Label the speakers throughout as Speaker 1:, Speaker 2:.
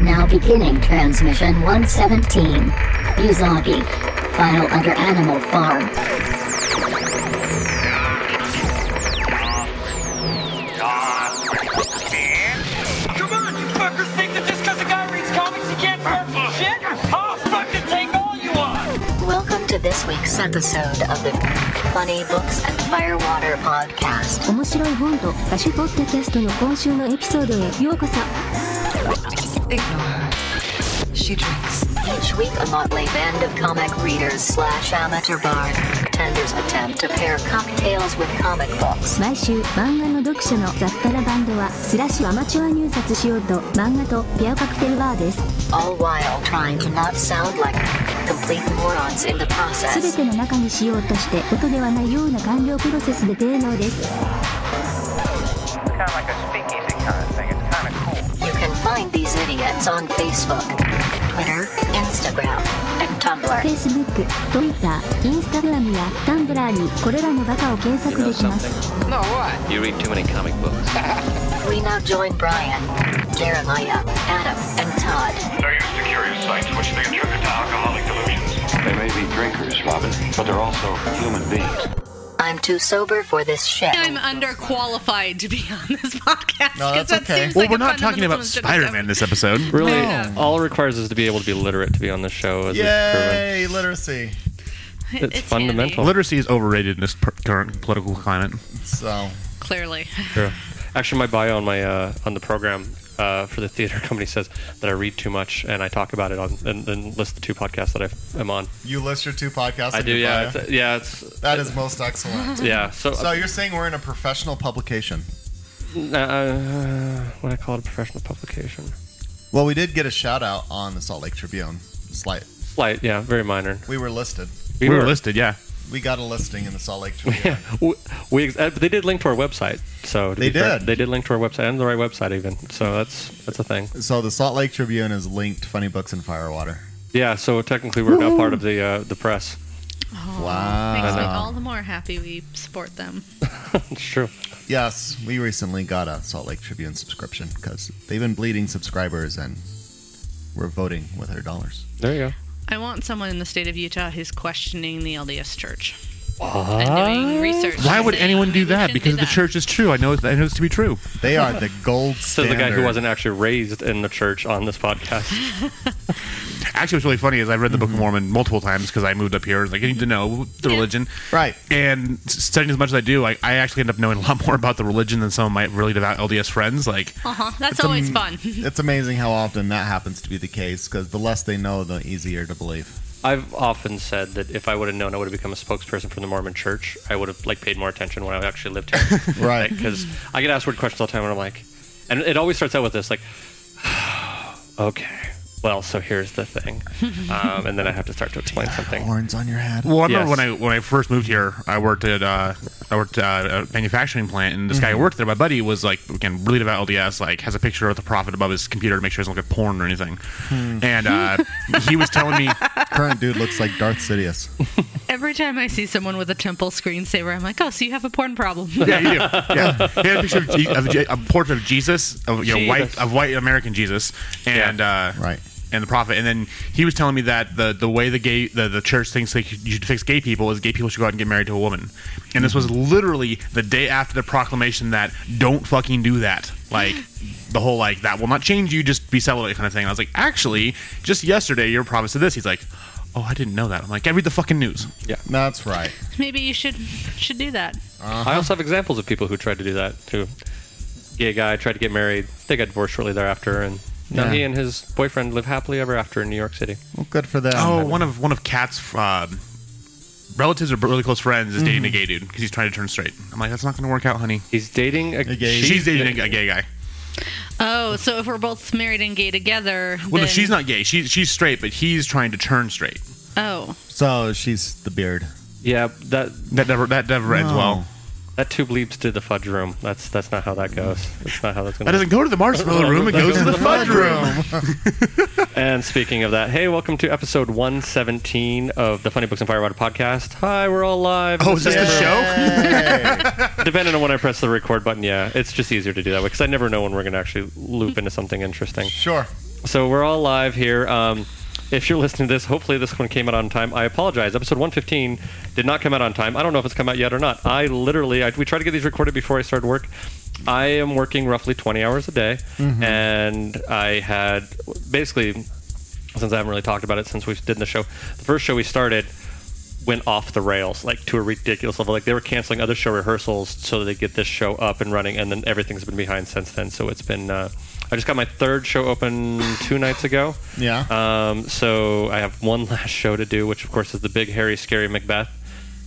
Speaker 1: now beginning transmission 117. Uzagi. File under Animal Farm.
Speaker 2: Come on, you fuckers think that just because a guy reads comics he can't start some shit? I'll fucking take all you want!
Speaker 1: Welcome to this week's episode of the Funny Books and Firewater podcast.
Speaker 3: 面白い本と多種ポッドキャストの今週のエピソードへようこそ
Speaker 4: Ignore her. She drinks.
Speaker 1: Each week, a motley band of comic readers slash amateur bartenders attempt to pair cocktails with comic books.
Speaker 3: 毎週漫画の読者の雑多なバンドはスラッシュアマチュア入札しようと漫画とビアカクテルバー です
Speaker 1: all while trying to not sound like complete morons in the
Speaker 3: 全
Speaker 1: process.
Speaker 3: ての中にしようとして音ではないような完了プロセスで低能です
Speaker 5: kind of like a speakeasy kind of thing. It's kind of cool.
Speaker 1: You can find these idiots on Facebook, Twitter, Instagram, and Tumblr.
Speaker 3: Facebook、Twitter、Instagram や Tumblr にこれらのバカを検索できます
Speaker 6: You read too many comic books.
Speaker 1: We now join Brian, Jeremiah, Adam, and Todd.
Speaker 7: They're used to curious sights, which they attribute to alcoholic delusions.
Speaker 8: They may be drinkers, Robin, but they're also human beings.
Speaker 1: I'm too sober for this shit.
Speaker 9: I'm underqualified to be on this podcast.
Speaker 10: No,
Speaker 9: 'cause
Speaker 10: that's
Speaker 9: that
Speaker 10: okay.
Speaker 9: seems
Speaker 10: Well,
Speaker 9: like
Speaker 10: we're
Speaker 9: a
Speaker 10: not talking
Speaker 9: fundamental
Speaker 10: about Spider Man this episode.
Speaker 11: Really,
Speaker 10: No.
Speaker 11: all it requires is to be able to be literate to be on the show. As it's
Speaker 10: Yay, literacy.
Speaker 9: misunderstanding.
Speaker 11: It's fundamental.
Speaker 10: Literacy is overrated in this per- current political climate. So,
Speaker 9: Handy, Clearly.
Speaker 11: proven. Actually, my bio on my uh, on the program uh, for the theater company says that I read too much and I talk about it on and then list the two podcasts that I've, I'm on.
Speaker 10: you list your two podcasts.
Speaker 11: I do, yeah, it's, yeah, it's
Speaker 10: that is most excellent.
Speaker 11: yeah. So, uh,
Speaker 10: you're saying we're in a professional publication?
Speaker 11: uh, what do I call it a professional publication.
Speaker 10: Well, we did get a shout out on the Salt Lake Tribune. Slight.
Speaker 11: Slight, yeah, very minor.
Speaker 10: We were listed.
Speaker 11: We, were, listed, yeah.
Speaker 10: We got a listing in the Salt Lake Tribune.
Speaker 11: Yeah, we, we ex- uh, but they did link to our website. So to
Speaker 10: They
Speaker 11: be fair,
Speaker 10: did.
Speaker 11: they did link to our website and the right website even. So that's that's a thing.
Speaker 10: So the Salt Lake Tribune is linked Funny Books and Firewater.
Speaker 11: Yeah, so technically we're now part of the uh, the press.
Speaker 9: Makes me
Speaker 10: Wow.
Speaker 9: all the more happy we support them.
Speaker 11: It's true.
Speaker 10: Yes, we recently got a Salt Lake Tribune subscription because they've been bleeding subscribers and we're voting with our dollars.
Speaker 11: There you go.
Speaker 9: I want someone in the state of Utah who's questioning the LDS Church. And doing research.
Speaker 10: Why would anyone do that?
Speaker 9: Because the church
Speaker 10: is true. I know I know it's to be true. They are the gold
Speaker 11: Says
Speaker 10: standard.
Speaker 11: the guy who wasn't actually raised in the church on this podcast.
Speaker 8: Actually, what's really funny is I read the
Speaker 10: Mm-hmm.
Speaker 8: Book of Mormon multiple times because I moved up here. Like, I need to know the religion.
Speaker 10: Right.
Speaker 8: And s- studying as much as I do, I, I actually end up knowing a lot more about the religion than some of my really devout LDS friends. Like,
Speaker 9: Uh huh. That's
Speaker 10: a-
Speaker 9: always fun.
Speaker 10: It's amazing how often that happens to be the case because the less they know, the easier to believe.
Speaker 11: I've often said that if I would have known I would have become a spokesperson for the Mormon Church, I would have like paid more attention when I actually lived here.
Speaker 10: Right.
Speaker 11: Because I get asked weird questions all the time, and I'm like, and it always starts out with this like, okay, well, so here's the thing, um, and then I have to start to explain something.
Speaker 10: Horns on your head.
Speaker 8: well, I remember
Speaker 11: Yes.
Speaker 8: when I when I first moved here, I worked at uh, I worked uh, a manufacturing plant, and this
Speaker 10: Mm-hmm.
Speaker 8: guy who worked there, my buddy, was like again really devout LDS, like has a picture of the prophet above his computer to make sure he doesn't look at porn or anything.
Speaker 10: Hmm.
Speaker 8: And uh, he was telling me.
Speaker 10: Current dude looks like Darth Sidious.
Speaker 9: Every time I see someone with a temple screensaver, I'm like, oh, so you have a porn problem.
Speaker 8: Yeah, you do. Yeah, he had a picture of, Je- of Je- a portrait of Jesus, of you know,
Speaker 11: Jesus.
Speaker 8: white of white American Jesus, and uh,
Speaker 10: Right.
Speaker 8: and the prophet. And then he was telling me that the the way the gay the, the church thinks they should- you should fix gay people is gay people should go out and get married to a woman. And this was literally the day after the proclamation that don't fucking do that. Like the whole like that will not change you, just be celibate kind of thing. And I was like, actually, just yesterday your prophet said this. He's like. Oh, I didn't know that. I'm like, I read the fucking news.
Speaker 10: That's right.
Speaker 9: Maybe you should should do that.
Speaker 10: Uh-huh.
Speaker 11: I also have examples of people who tried to do that too. Gay guy tried to get married. They got divorced shortly thereafter, and now
Speaker 10: Yeah.
Speaker 11: he and his boyfriend live happily ever after in New York City.
Speaker 10: Well, good for them.
Speaker 8: Oh, one of one of Cat's um, relatives or really close friends is dating a gay dude because he's trying to turn straight. I'm like, that's not going to work out, honey.
Speaker 11: He's dating a,
Speaker 10: A gay-
Speaker 11: she's-
Speaker 8: She's dating a, a gay guy.
Speaker 9: Oh, so if we're both married and gay together,
Speaker 8: Well, no,
Speaker 9: then-
Speaker 8: she's not gay. She's she's straight, but he's trying to turn straight.
Speaker 9: Oh,
Speaker 10: So she's the beard. Oh.
Speaker 11: Yeah, that
Speaker 8: That never that never ends
Speaker 10: No.
Speaker 8: well.
Speaker 11: that tube leaps to the fudge room. That's that's not how that goes. That's not how that's
Speaker 8: That
Speaker 11: going. to
Speaker 8: doesn't go to the marshmallow room. It goes to the fudge room.
Speaker 11: And speaking of that, hey, welcome to episode 117 of the Funny Books and Firewater podcast. Hi, we're all live.
Speaker 8: Oh, is this the
Speaker 11: This is-
Speaker 8: show?
Speaker 11: Depending on when I press the record button, yeah, it's just easier to do that way because I never know when we're going to actually loop into something interesting.
Speaker 10: Sure.
Speaker 11: So we're all live here. Um, if you're listening to this, hopefully this one came out on time. I apologize. Episode 115 did not come out on time. I don't know if it's come out yet or not. I literally, I, we tried to get these recorded before I started work. I am working roughly 20 hours a day,
Speaker 8: Mm-hmm.
Speaker 12: Mhm.
Speaker 11: and I had basically, since I haven't really talked about it since we did the show, the first show we started went off the rails like to a ridiculous level like they were canceling other show rehearsals so that they get this show up and running and then everything's been behind since then so it's been uh, i just got my third show open two nights ago
Speaker 10: Yeah.
Speaker 11: um, so I have one last show to do, which of course is the big, hairy, scary Macbeth.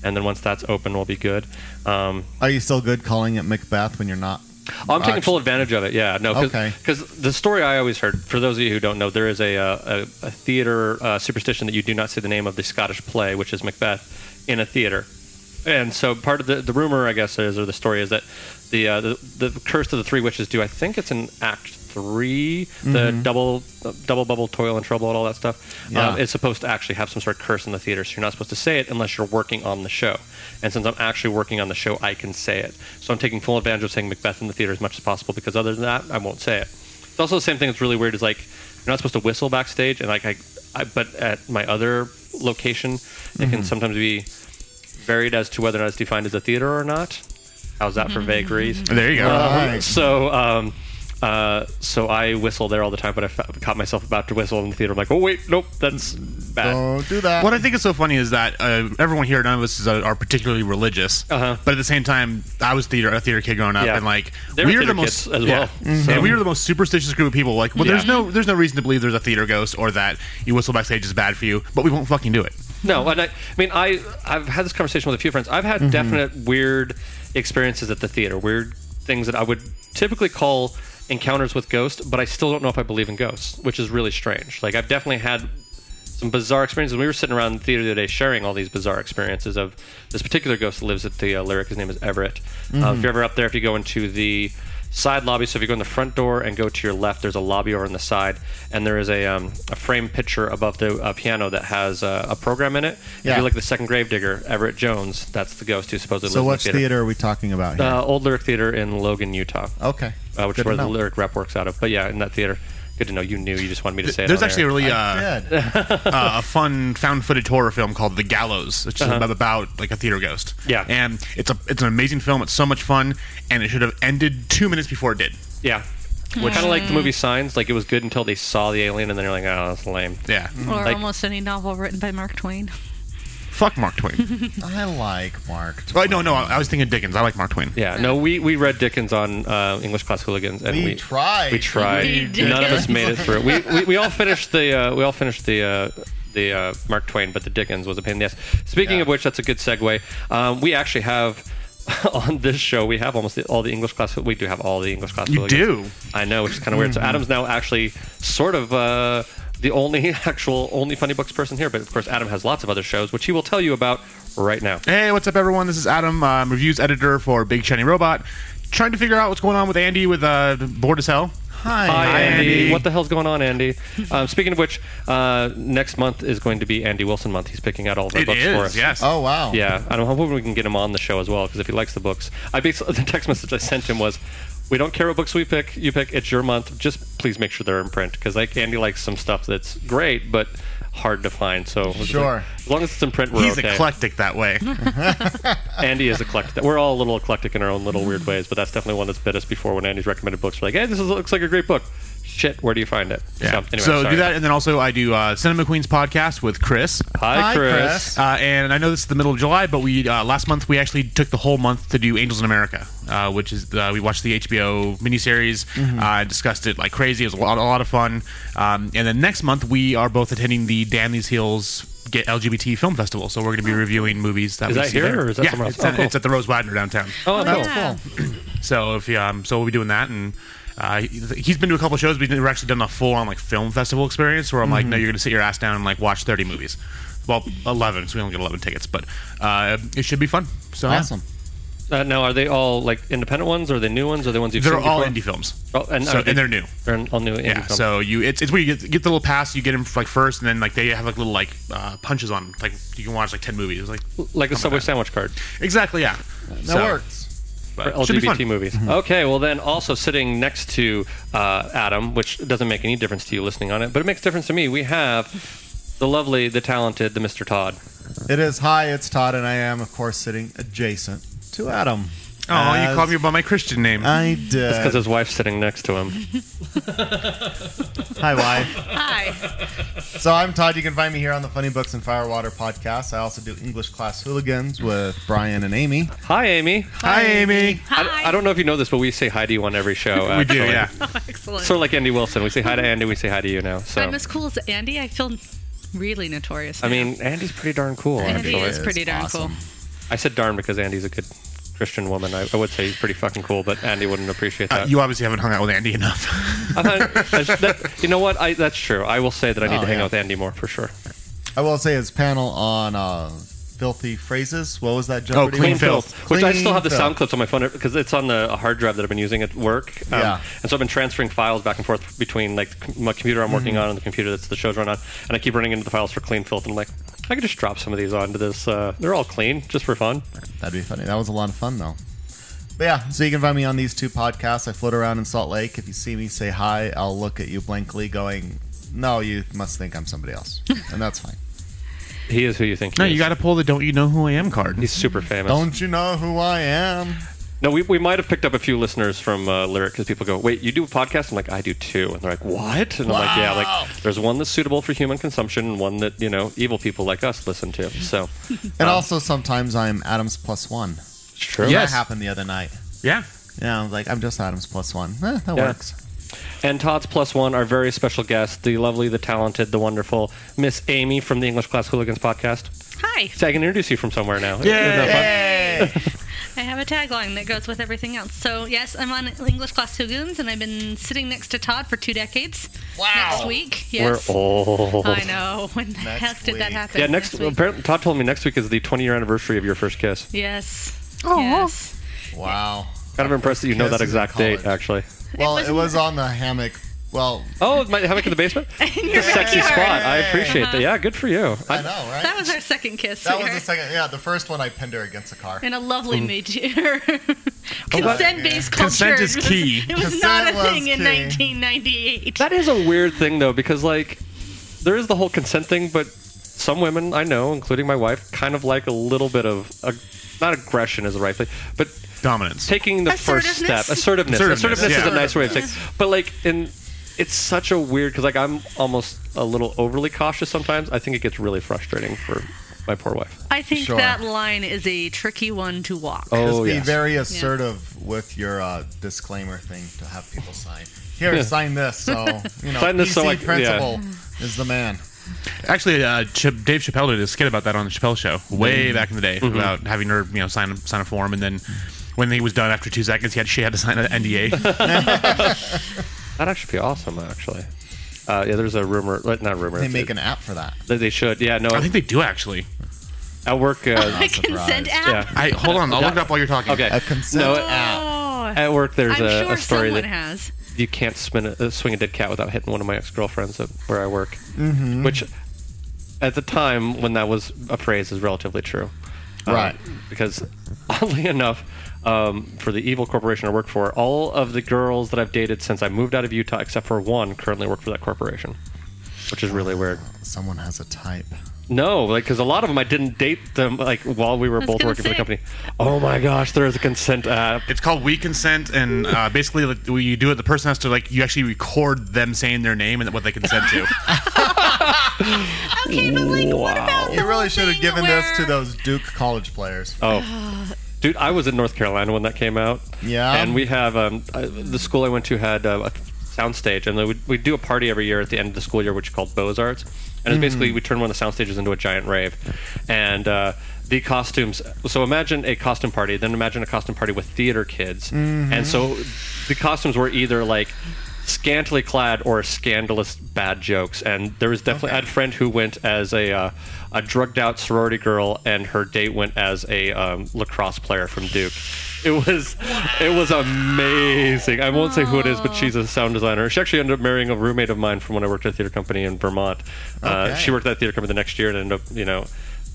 Speaker 11: And then once that's open, we'll be good. Um,
Speaker 10: Are you still good calling it Macbeth when you're not?
Speaker 11: Oh, I'm taking
Speaker 10: Actu-
Speaker 11: full advantage of it. Yeah, no, because
Speaker 10: Okay.
Speaker 11: the story I always heard. For those of you who don't know, there is a uh, a, a theater uh, superstition that you do not say the name of the Scottish play, which is Macbeth, in a theater. And so part of the, the rumor, I guess, is or the story is that the, uh, the the curse of the three witches do. I think it's in Act three, the
Speaker 10: Mhm.
Speaker 11: double double bubble toil and trouble and all that stuff.
Speaker 10: Yeah.
Speaker 11: Um, it's supposed to actually have some sort of curse in the theater, so you're not supposed to say it unless you're working on the show. And since I'm actually working on the show, I can say it. So I'm taking full advantage of saying Macbeth in the theater as much as possible because other than that, I won't say it. It's also the same thing that's really weird is like you're not supposed to whistle backstage, and like I, I but at my other location, it can
Speaker 10: Mhm.
Speaker 11: sometimes be varied as to whether or not it's defined as a theater or not. How's that for vagaries?
Speaker 8: There you go.
Speaker 11: Um,
Speaker 8: Right.
Speaker 11: So, um, uh, so I whistle there all the time, but I fa- caught myself about to whistle in the theater. I'm like, oh wait, nope, that's bad.
Speaker 10: Don't do that.
Speaker 8: What I think is so funny is that uh, everyone here, none of us is, uh, are particularly religious. Uh-huh. But at the same time, I was theater, a theater kid growing up,
Speaker 11: Yeah.
Speaker 8: and like
Speaker 11: They were
Speaker 8: we were
Speaker 11: theater
Speaker 8: the most
Speaker 11: kids as
Speaker 8: yeah.
Speaker 11: well, Mhm. so-
Speaker 8: And we were the most superstitious group of people. Like, well, there's
Speaker 11: Yeah.
Speaker 8: no there's no reason to believe there's a theater ghost or that you whistle backstage is bad for you, but we won't fucking do it.
Speaker 11: No, and I, I mean, I I've had this conversation with a few friends. I've had
Speaker 8: Mhm.
Speaker 11: definite weird experiences at the theater, weird things that I would typically call encounters with ghosts, but I still don't know if I believe in ghosts, which is really strange. Like I've definitely had some bizarre experiences. We were sitting around the theater the other day sharing all these bizarre experiences of this particular ghost that lives at the uh, Lyric. His name is Everett. Uh, if
Speaker 10: Mm-hmm.
Speaker 12: Mhm.
Speaker 11: you're ever up there, if you go into the side lobby, so if you go in the front door and go to your left, there's a lobby over on the side, and there is a, um, a frame picture above the uh, piano that has uh, a program in it. If
Speaker 10: Yeah.
Speaker 11: you look at the second gravedigger, Everett Jones, that's the ghost who supposedly
Speaker 10: So, what
Speaker 11: lives in the theater.
Speaker 10: theater are we talking about here?
Speaker 11: Uh, old Lyric Theater in Logan, Utah.
Speaker 10: Okay.
Speaker 11: Uh, which
Speaker 10: Good
Speaker 11: is where
Speaker 10: to
Speaker 11: the
Speaker 10: know.
Speaker 11: Lyric rep works out of. But yeah, in that theater. Good to know you knew. You just wanted me to say it.
Speaker 8: There's
Speaker 11: on
Speaker 8: actually
Speaker 11: air.
Speaker 8: a really uh, uh, a fun found footage horror film called The Gallows, which is
Speaker 11: Uh-huh.
Speaker 8: about, about, like a theater ghost.
Speaker 11: Yeah.
Speaker 8: and it's a it's an amazing film. It's so much fun, and it should have ended two minutes before it did.
Speaker 11: Yeah.
Speaker 8: Which-
Speaker 11: kind of like the movie Signs, like it was good until they saw the alien and then they're like, oh, that's lame.
Speaker 8: Yeah.
Speaker 9: Or
Speaker 11: Like,
Speaker 9: almost any novel written by Mark Twain.
Speaker 8: Fuck Mark Twain.
Speaker 10: I like Mark.
Speaker 11: Oh,
Speaker 8: Twain. no, no,
Speaker 11: uh,
Speaker 8: I, I was thinking Dickens. I like Mark Twain.
Speaker 11: yeah, no, we, we read Dickens on uh, English Class Hooligans, and
Speaker 10: We
Speaker 11: we,
Speaker 10: tried.
Speaker 11: We tried.
Speaker 10: We did.
Speaker 11: None of us made it through. We, we, we all finished the uh, we all finished the uh, the uh, Mark Twain, but the Dickens was a pain in the ass. Speaking of which, that's a good segue. Um, we actually have on this show we have almost the, all the English class. We do have all the English class.
Speaker 8: You
Speaker 11: Hooligans. I know, which is kind of weird. So
Speaker 10: Mm-hmm.
Speaker 8: Mhm.
Speaker 11: Adam's now actually sort of. Uh, the only actual only funny books person here, but of course Adam has lots of other shows, which he will tell you about right now.
Speaker 8: Hey, what's up, everyone? This is Adam, um, reviews editor for Big Shiny Robot. Trying to figure out what's going on with Andy with uh, Bored as Hell.
Speaker 10: Hi,
Speaker 11: Andy.
Speaker 8: Andy.
Speaker 11: What the hell's going on, Andy? Um, speaking of which, uh, next month is going to be Andy Wilson month. He's picking out all of our
Speaker 8: It
Speaker 11: books
Speaker 8: is,
Speaker 11: for us.
Speaker 8: yes. Oh,
Speaker 10: wow.
Speaker 11: Yeah, and I'm hoping we can get him on the show as well because if he likes the books, I basically the text message I sent him was. We don't care what books we pick. You pick. It's your month. Just please make sure they're in print because like Andy likes some stuff that's great but hard to find. So I was just like,
Speaker 8: Sure.
Speaker 11: as long as it's in print, we're
Speaker 8: He's
Speaker 11: okay. Hmm.
Speaker 8: eclectic that way.
Speaker 11: Andy is eclectic. We're all a little eclectic in our own little weird ways, but that's definitely one that's bit us before when Andy's recommended books. We're like, hey, this is, looks like a great book. Shit, where do you find it?
Speaker 8: Yeah.
Speaker 11: So, anyway,
Speaker 8: so
Speaker 11: sorry.
Speaker 8: do that, and then also I do uh, Cinema Queens podcast with Chris.
Speaker 11: Hi, Hi, Chris. Chris.
Speaker 8: Uh, and I know this is the middle of July, but we uh, last month we actually took the whole month to do Angels in America, uh, which is uh, we watched the HBO miniseries,
Speaker 11: Mm-hmm.
Speaker 10: Mhm.
Speaker 8: uh, discussed it like crazy. It was a lot, a lot of fun. Um, and then next month we are both attending the Damn These Hills. Get LGBT Film Festival, so we're going to be reviewing movies that
Speaker 11: Oh. Is
Speaker 8: we
Speaker 11: that
Speaker 8: see
Speaker 11: here,
Speaker 8: there.
Speaker 11: or is that
Speaker 8: yeah,
Speaker 11: somewhere else?
Speaker 8: It's,
Speaker 11: Oh,
Speaker 8: at,
Speaker 11: cool.
Speaker 8: it's at the Rose Widener downtown.
Speaker 11: Oh, Oh, cool. yeah.
Speaker 8: So if um, so, we'll be doing that, and uh, he- he's been to a couple shows. But we've never actually done a full on like film festival experience where I'm like,
Speaker 10: Mhm.
Speaker 8: no, you're gonna sit your ass down and like watch 30 movies. Well, 11, so we only get 11 tickets, but uh, it should be fun. So yeah.
Speaker 10: Awesome.
Speaker 11: Uh, now, are they all like independent ones? Or are they new ones? Or are they ones you've
Speaker 8: They're
Speaker 11: seen
Speaker 8: all
Speaker 11: before?
Speaker 8: indie films.
Speaker 11: Oh, and,
Speaker 8: So-
Speaker 11: are they,
Speaker 8: and they're new.
Speaker 11: They're all new. Indie
Speaker 8: Yeah,
Speaker 11: films.
Speaker 8: so you it's, it's where you get, get the little pass, you get them like first, and then like they have like little like uh, punches on 'em. like you can watch like ten movies, like
Speaker 11: like a Subway sandwich card.
Speaker 8: Exactly, yeah.
Speaker 10: That
Speaker 8: So-
Speaker 10: works.
Speaker 11: for
Speaker 8: but should be
Speaker 11: LGBT
Speaker 8: fun. Mm-hmm.
Speaker 11: movies. Okay, well then also sitting next to uh, Adam, which doesn't make any difference to you listening on it, but it makes difference to me. We have the lovely, the talented, the Mr. Todd.
Speaker 10: It is. Hi, it's Todd, and I am, of course, sitting adjacent to Adam.
Speaker 8: Oh, you
Speaker 10: As-
Speaker 8: called me by my Christian name.
Speaker 10: I did.
Speaker 11: That's because his wife's sitting next to him.
Speaker 10: Hi, wife.
Speaker 9: Hi.
Speaker 10: So I'm Todd. You can find me here on the Funny Books and Firewater podcast. I also do English class hooligans with Brian and Amy.
Speaker 11: Hi, Amy.
Speaker 10: Hi, Amy.
Speaker 11: I, I don't know if you know this, but we say hi to you on every show.
Speaker 8: We do,
Speaker 11: actually.
Speaker 8: yeah.
Speaker 9: Excellent.
Speaker 11: Sort of like Andy Wilson. We say hi to Andy, we say hi to you now. So
Speaker 9: I'm as cool as Andy. I feel really notorious.
Speaker 11: I mean, Andy's pretty darn cool.
Speaker 9: Andy
Speaker 11: actually.
Speaker 9: is pretty darn cool.
Speaker 11: I said darn because Andy's a good Christian woman. I, I would say he's pretty fucking cool, but Andy wouldn't appreciate
Speaker 8: Uh,
Speaker 11: that.
Speaker 8: you obviously haven't hung out with Andy enough.
Speaker 11: I thought- that's- that- you know what? I, that's true. I will say that I need
Speaker 10: Oh,
Speaker 11: to hang
Speaker 10: yeah.
Speaker 11: out with Andy more for sure.
Speaker 10: I will say his panel on uh, filthy phrases. What was that?
Speaker 8: Oh,
Speaker 10: Jeopardy?
Speaker 8: Clean Filth.
Speaker 11: which I still have the
Speaker 10: Clean
Speaker 11: sound
Speaker 10: filth.
Speaker 11: clips on my phone because it's on the a hard drive that I've been using at work. Um,
Speaker 10: Yeah.
Speaker 11: And so I've been transferring files back and forth between like c- my computer I'm
Speaker 8: Mm-hmm.
Speaker 11: working on and the computer that's the show's run on, and I keep running into the files for clean filth. And I'm like, I could just drop some of these onto this. Uh, they're all clean, just for fun.
Speaker 10: That'd be funny. That was a lot of fun, though. But yeah, so you can find me on these two podcasts. I float around in Salt Lake. If you see me, say hi. I'll look at you blankly, going, "No, you must think I'm somebody else," and that's fine.
Speaker 11: He is who you think. He
Speaker 8: no,
Speaker 11: is.
Speaker 8: you got to pull the "Don't you know who I am" card.
Speaker 11: He's super famous.
Speaker 10: Don't you know who I am?
Speaker 11: No, we, we might have picked up a few listeners from uh, Lyric because people go, wait, you do a podcast? I'm like, I do too. And they're like, what? And I'm like, yeah, like there's one that's suitable for human consumption and one that, you know, evil people like us listen to. So,
Speaker 10: And also, sometimes I'm Adams plus one.
Speaker 11: it's true.
Speaker 8: Yes.
Speaker 10: That happened the other night.
Speaker 8: Yeah.
Speaker 10: Yeah, I was like, I'm just Adams plus one. Eh, that
Speaker 11: Yeah.
Speaker 10: works.
Speaker 11: And Todd's Plus One, our very special guest, the lovely, the talented, the wonderful Miss Amy from the English Class Hooligans podcast.
Speaker 9: Hi.
Speaker 11: So I can introduce you from somewhere now. Isn't that fun?
Speaker 10: Yay!
Speaker 9: I have a tagline that goes with everything else. So yes, I'm on English class Hoogoons, and I've been sitting next to Todd for two decades. Wow. Next week, yes.
Speaker 11: We're old.
Speaker 9: I know. When the
Speaker 10: Next
Speaker 9: heck did that
Speaker 10: week.
Speaker 9: happen?
Speaker 11: Yeah, next,
Speaker 9: week.
Speaker 11: apparently, Todd told me next week is the 20 year anniversary of your first kiss.
Speaker 9: Yes. Oh. Yes.
Speaker 10: Wow.
Speaker 11: Kind of impressed that you know
Speaker 10: Kiss
Speaker 11: that
Speaker 10: is in
Speaker 11: exact date,
Speaker 10: college.
Speaker 11: actually.
Speaker 10: Well,
Speaker 9: was-
Speaker 10: it was on the hammock. Well,
Speaker 11: Oh, my hammock in the basement?
Speaker 9: And
Speaker 11: the
Speaker 9: you're
Speaker 11: sexy
Speaker 9: backyard.
Speaker 11: spot. I appreciate that. Yeah, good for you.
Speaker 10: I
Speaker 11: I,
Speaker 10: know, right?
Speaker 9: That was our second kiss.
Speaker 10: That was the
Speaker 9: sweetheart.
Speaker 10: second. Yeah, the first one I pinned her against the car.
Speaker 9: in a lovely mid-year. Consent-based culture.
Speaker 8: Consent
Speaker 9: It
Speaker 8: is
Speaker 9: was-
Speaker 8: key.
Speaker 9: It was
Speaker 10: Consent
Speaker 9: not a
Speaker 10: was
Speaker 9: thing in
Speaker 10: key.
Speaker 9: 1998.
Speaker 11: that is a weird thing though, because like there is the whole consent thing, but some women I know, including my wife, kind of like a little bit of a, not aggression is the right thing, but
Speaker 8: Dominance.
Speaker 11: taking the first step,
Speaker 9: Assertiveness?
Speaker 11: assertiveness. Assertiveness,
Speaker 8: Assertiveness,
Speaker 11: is
Speaker 8: yeah.
Speaker 11: a nicer way of saying. But like in. It's such a weird because like I'm almost a little overly cautious sometimes. I think it gets really frustrating for my poor wife.
Speaker 9: I think
Speaker 10: Sure.
Speaker 9: that line is a tricky one to walk.
Speaker 10: Just
Speaker 11: Oh
Speaker 10: be
Speaker 11: yeah,
Speaker 10: very assertive with your uh, disclaimer thing to have people sign. Here, sign this. So you know,
Speaker 11: Sign this
Speaker 10: PC
Speaker 11: so I c- yeah.
Speaker 10: principal is the man.
Speaker 8: Actually, uh, Chip, Dave Chappelle did a skit about that on the Chappelle Show way back in the day about having her, you know, sign sign a form, and then when he was done after two seconds, he had she had to sign an NDA.
Speaker 11: that'd actually be awesome. Actually, uh, yeah. There's a rumor, like, not rumor.
Speaker 10: They
Speaker 11: it's-
Speaker 10: make an app for that.
Speaker 11: They, they should. Yeah, no.
Speaker 8: I think they do actually.
Speaker 11: at work, uh,
Speaker 9: A consent
Speaker 10: surprised.
Speaker 9: app.
Speaker 11: yeah.
Speaker 8: I hold on, I'll look it up while you're talking.
Speaker 11: Okay.
Speaker 10: A consent
Speaker 11: No, it-
Speaker 10: app.
Speaker 9: Oh,
Speaker 11: At work, uh, there's
Speaker 9: I'm
Speaker 11: a,
Speaker 9: sure
Speaker 11: a story
Speaker 9: someone
Speaker 11: that
Speaker 9: has.
Speaker 11: you can't spin a, uh, swing a dead cat without hitting one of my ex girlfriends at where I work. Mm-hmm. Which, at the time when that was a phrase, is relatively true. Um,
Speaker 10: Right.
Speaker 11: because, oddly enough, um, for the evil corporation I work for, all of the girls that I've dated since I moved out of Utah, except for one, currently work for that corporation, which is really weird.
Speaker 10: Someone has a type.
Speaker 11: No, like because a lot of them I didn't date them like while we were
Speaker 9: was
Speaker 11: both
Speaker 9: gonna
Speaker 11: working for
Speaker 9: say.
Speaker 11: the company. Oh my gosh, there is a consent app.
Speaker 8: It's called We Consent, and uh, basically, like, what you do it, the person has to like you actually record them saying their name and what they consent to.
Speaker 9: Okay, but like, what about
Speaker 10: You
Speaker 9: the
Speaker 10: really
Speaker 9: whole
Speaker 10: should have
Speaker 9: thing
Speaker 10: given this to
Speaker 9: where-
Speaker 10: those Duke college players.
Speaker 11: Oh. Dude, I was in North Carolina when that came out.
Speaker 10: Yeah.
Speaker 11: And we have um, uh, the school I went to had uh, a soundstage, and we we do a party every year at the end of the school year, which is called Beaux Arts, and it's basically we turn one of the sound stages into a giant rave, and. Uh, the costumes. So imagine a costume party, then imagine a costume party with theater kids. And so the costumes were either like scantily clad or scandalous bad jokes. And there was definitely I had a friend who went as a uh, a drugged out sorority girl, and her date went as a um, lacrosse player from Duke. It was it was amazing. I won't say who it is, but she's a sound designer. She actually ended up marrying a roommate of mine from when I worked at a theater company in Vermont. Uh,
Speaker 10: Okay.
Speaker 11: she worked at that theater company the next year and ended up you know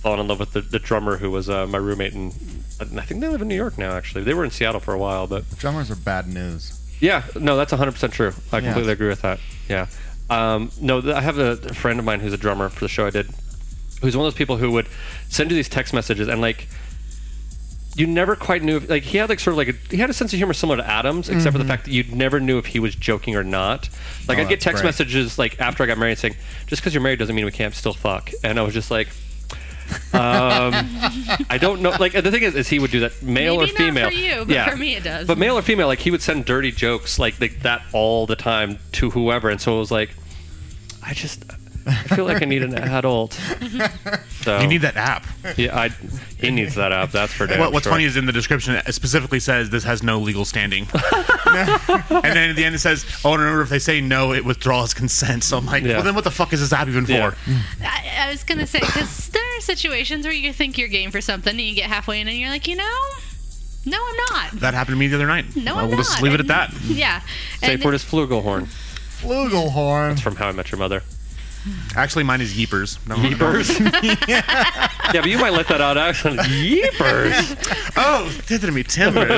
Speaker 11: falling in love with the, the drummer who was uh, my roommate in And I think they live in New York now. Actually, they were in Seattle for a while, but
Speaker 10: drummers are bad news.
Speaker 11: Yeah, no, that's 100 percent true. I
Speaker 10: Yeah.
Speaker 11: completely agree with that. Yeah, um, no, th- I have a a friend of mine who's a drummer for the show I did, who's one of those people who would send you these text messages and like. You never quite knew if, like he had like sort of like a, he had a sense of humor similar to Adams, except for the
Speaker 12: Mhm.
Speaker 11: fact that you never knew if he was joking or not. Like
Speaker 12: Oh,
Speaker 11: I'd get
Speaker 12: that's
Speaker 11: text
Speaker 12: great.
Speaker 11: messages like after I got married saying, "Just because you're married doesn't mean we can't still fuck," and I was just like, um, I don't know. Like the thing is, is he would do that, male
Speaker 9: Maybe
Speaker 11: or
Speaker 9: not
Speaker 11: female.
Speaker 9: for you, but for me it does.
Speaker 11: But male or female, like he would send dirty jokes like th- that all the time to whoever, and so it was like, I just, I feel like I need an adult. So
Speaker 8: You need that app.
Speaker 11: Yeah, I, he needs that app. That's for damn
Speaker 8: What, what's
Speaker 11: sure.
Speaker 8: funny is in the description it specifically says this has no legal standing, and then at the end it says, "Oh, and remember if they say no, it withdraws consent." So I'm like,
Speaker 11: Yeah.
Speaker 8: well, then what the fuck is this app even for?
Speaker 9: I, I was gonna say because there are situations where you think you're game for something and you get halfway in and you're like, you know, no, I'm not.
Speaker 8: That happened to me the other night.
Speaker 9: No,
Speaker 8: Well,
Speaker 9: I'm
Speaker 8: we'll just
Speaker 9: not.
Speaker 8: leave it at that.
Speaker 9: Yeah.
Speaker 11: Safe word is flugelhorn.
Speaker 10: Flugelhorn.
Speaker 11: That's from How I Met Your Mother.
Speaker 8: Actually, mine is yeepers. No,
Speaker 11: Yeepers? yeah, but you might let that out accident. Yeepers.
Speaker 8: oh, did it to me timber.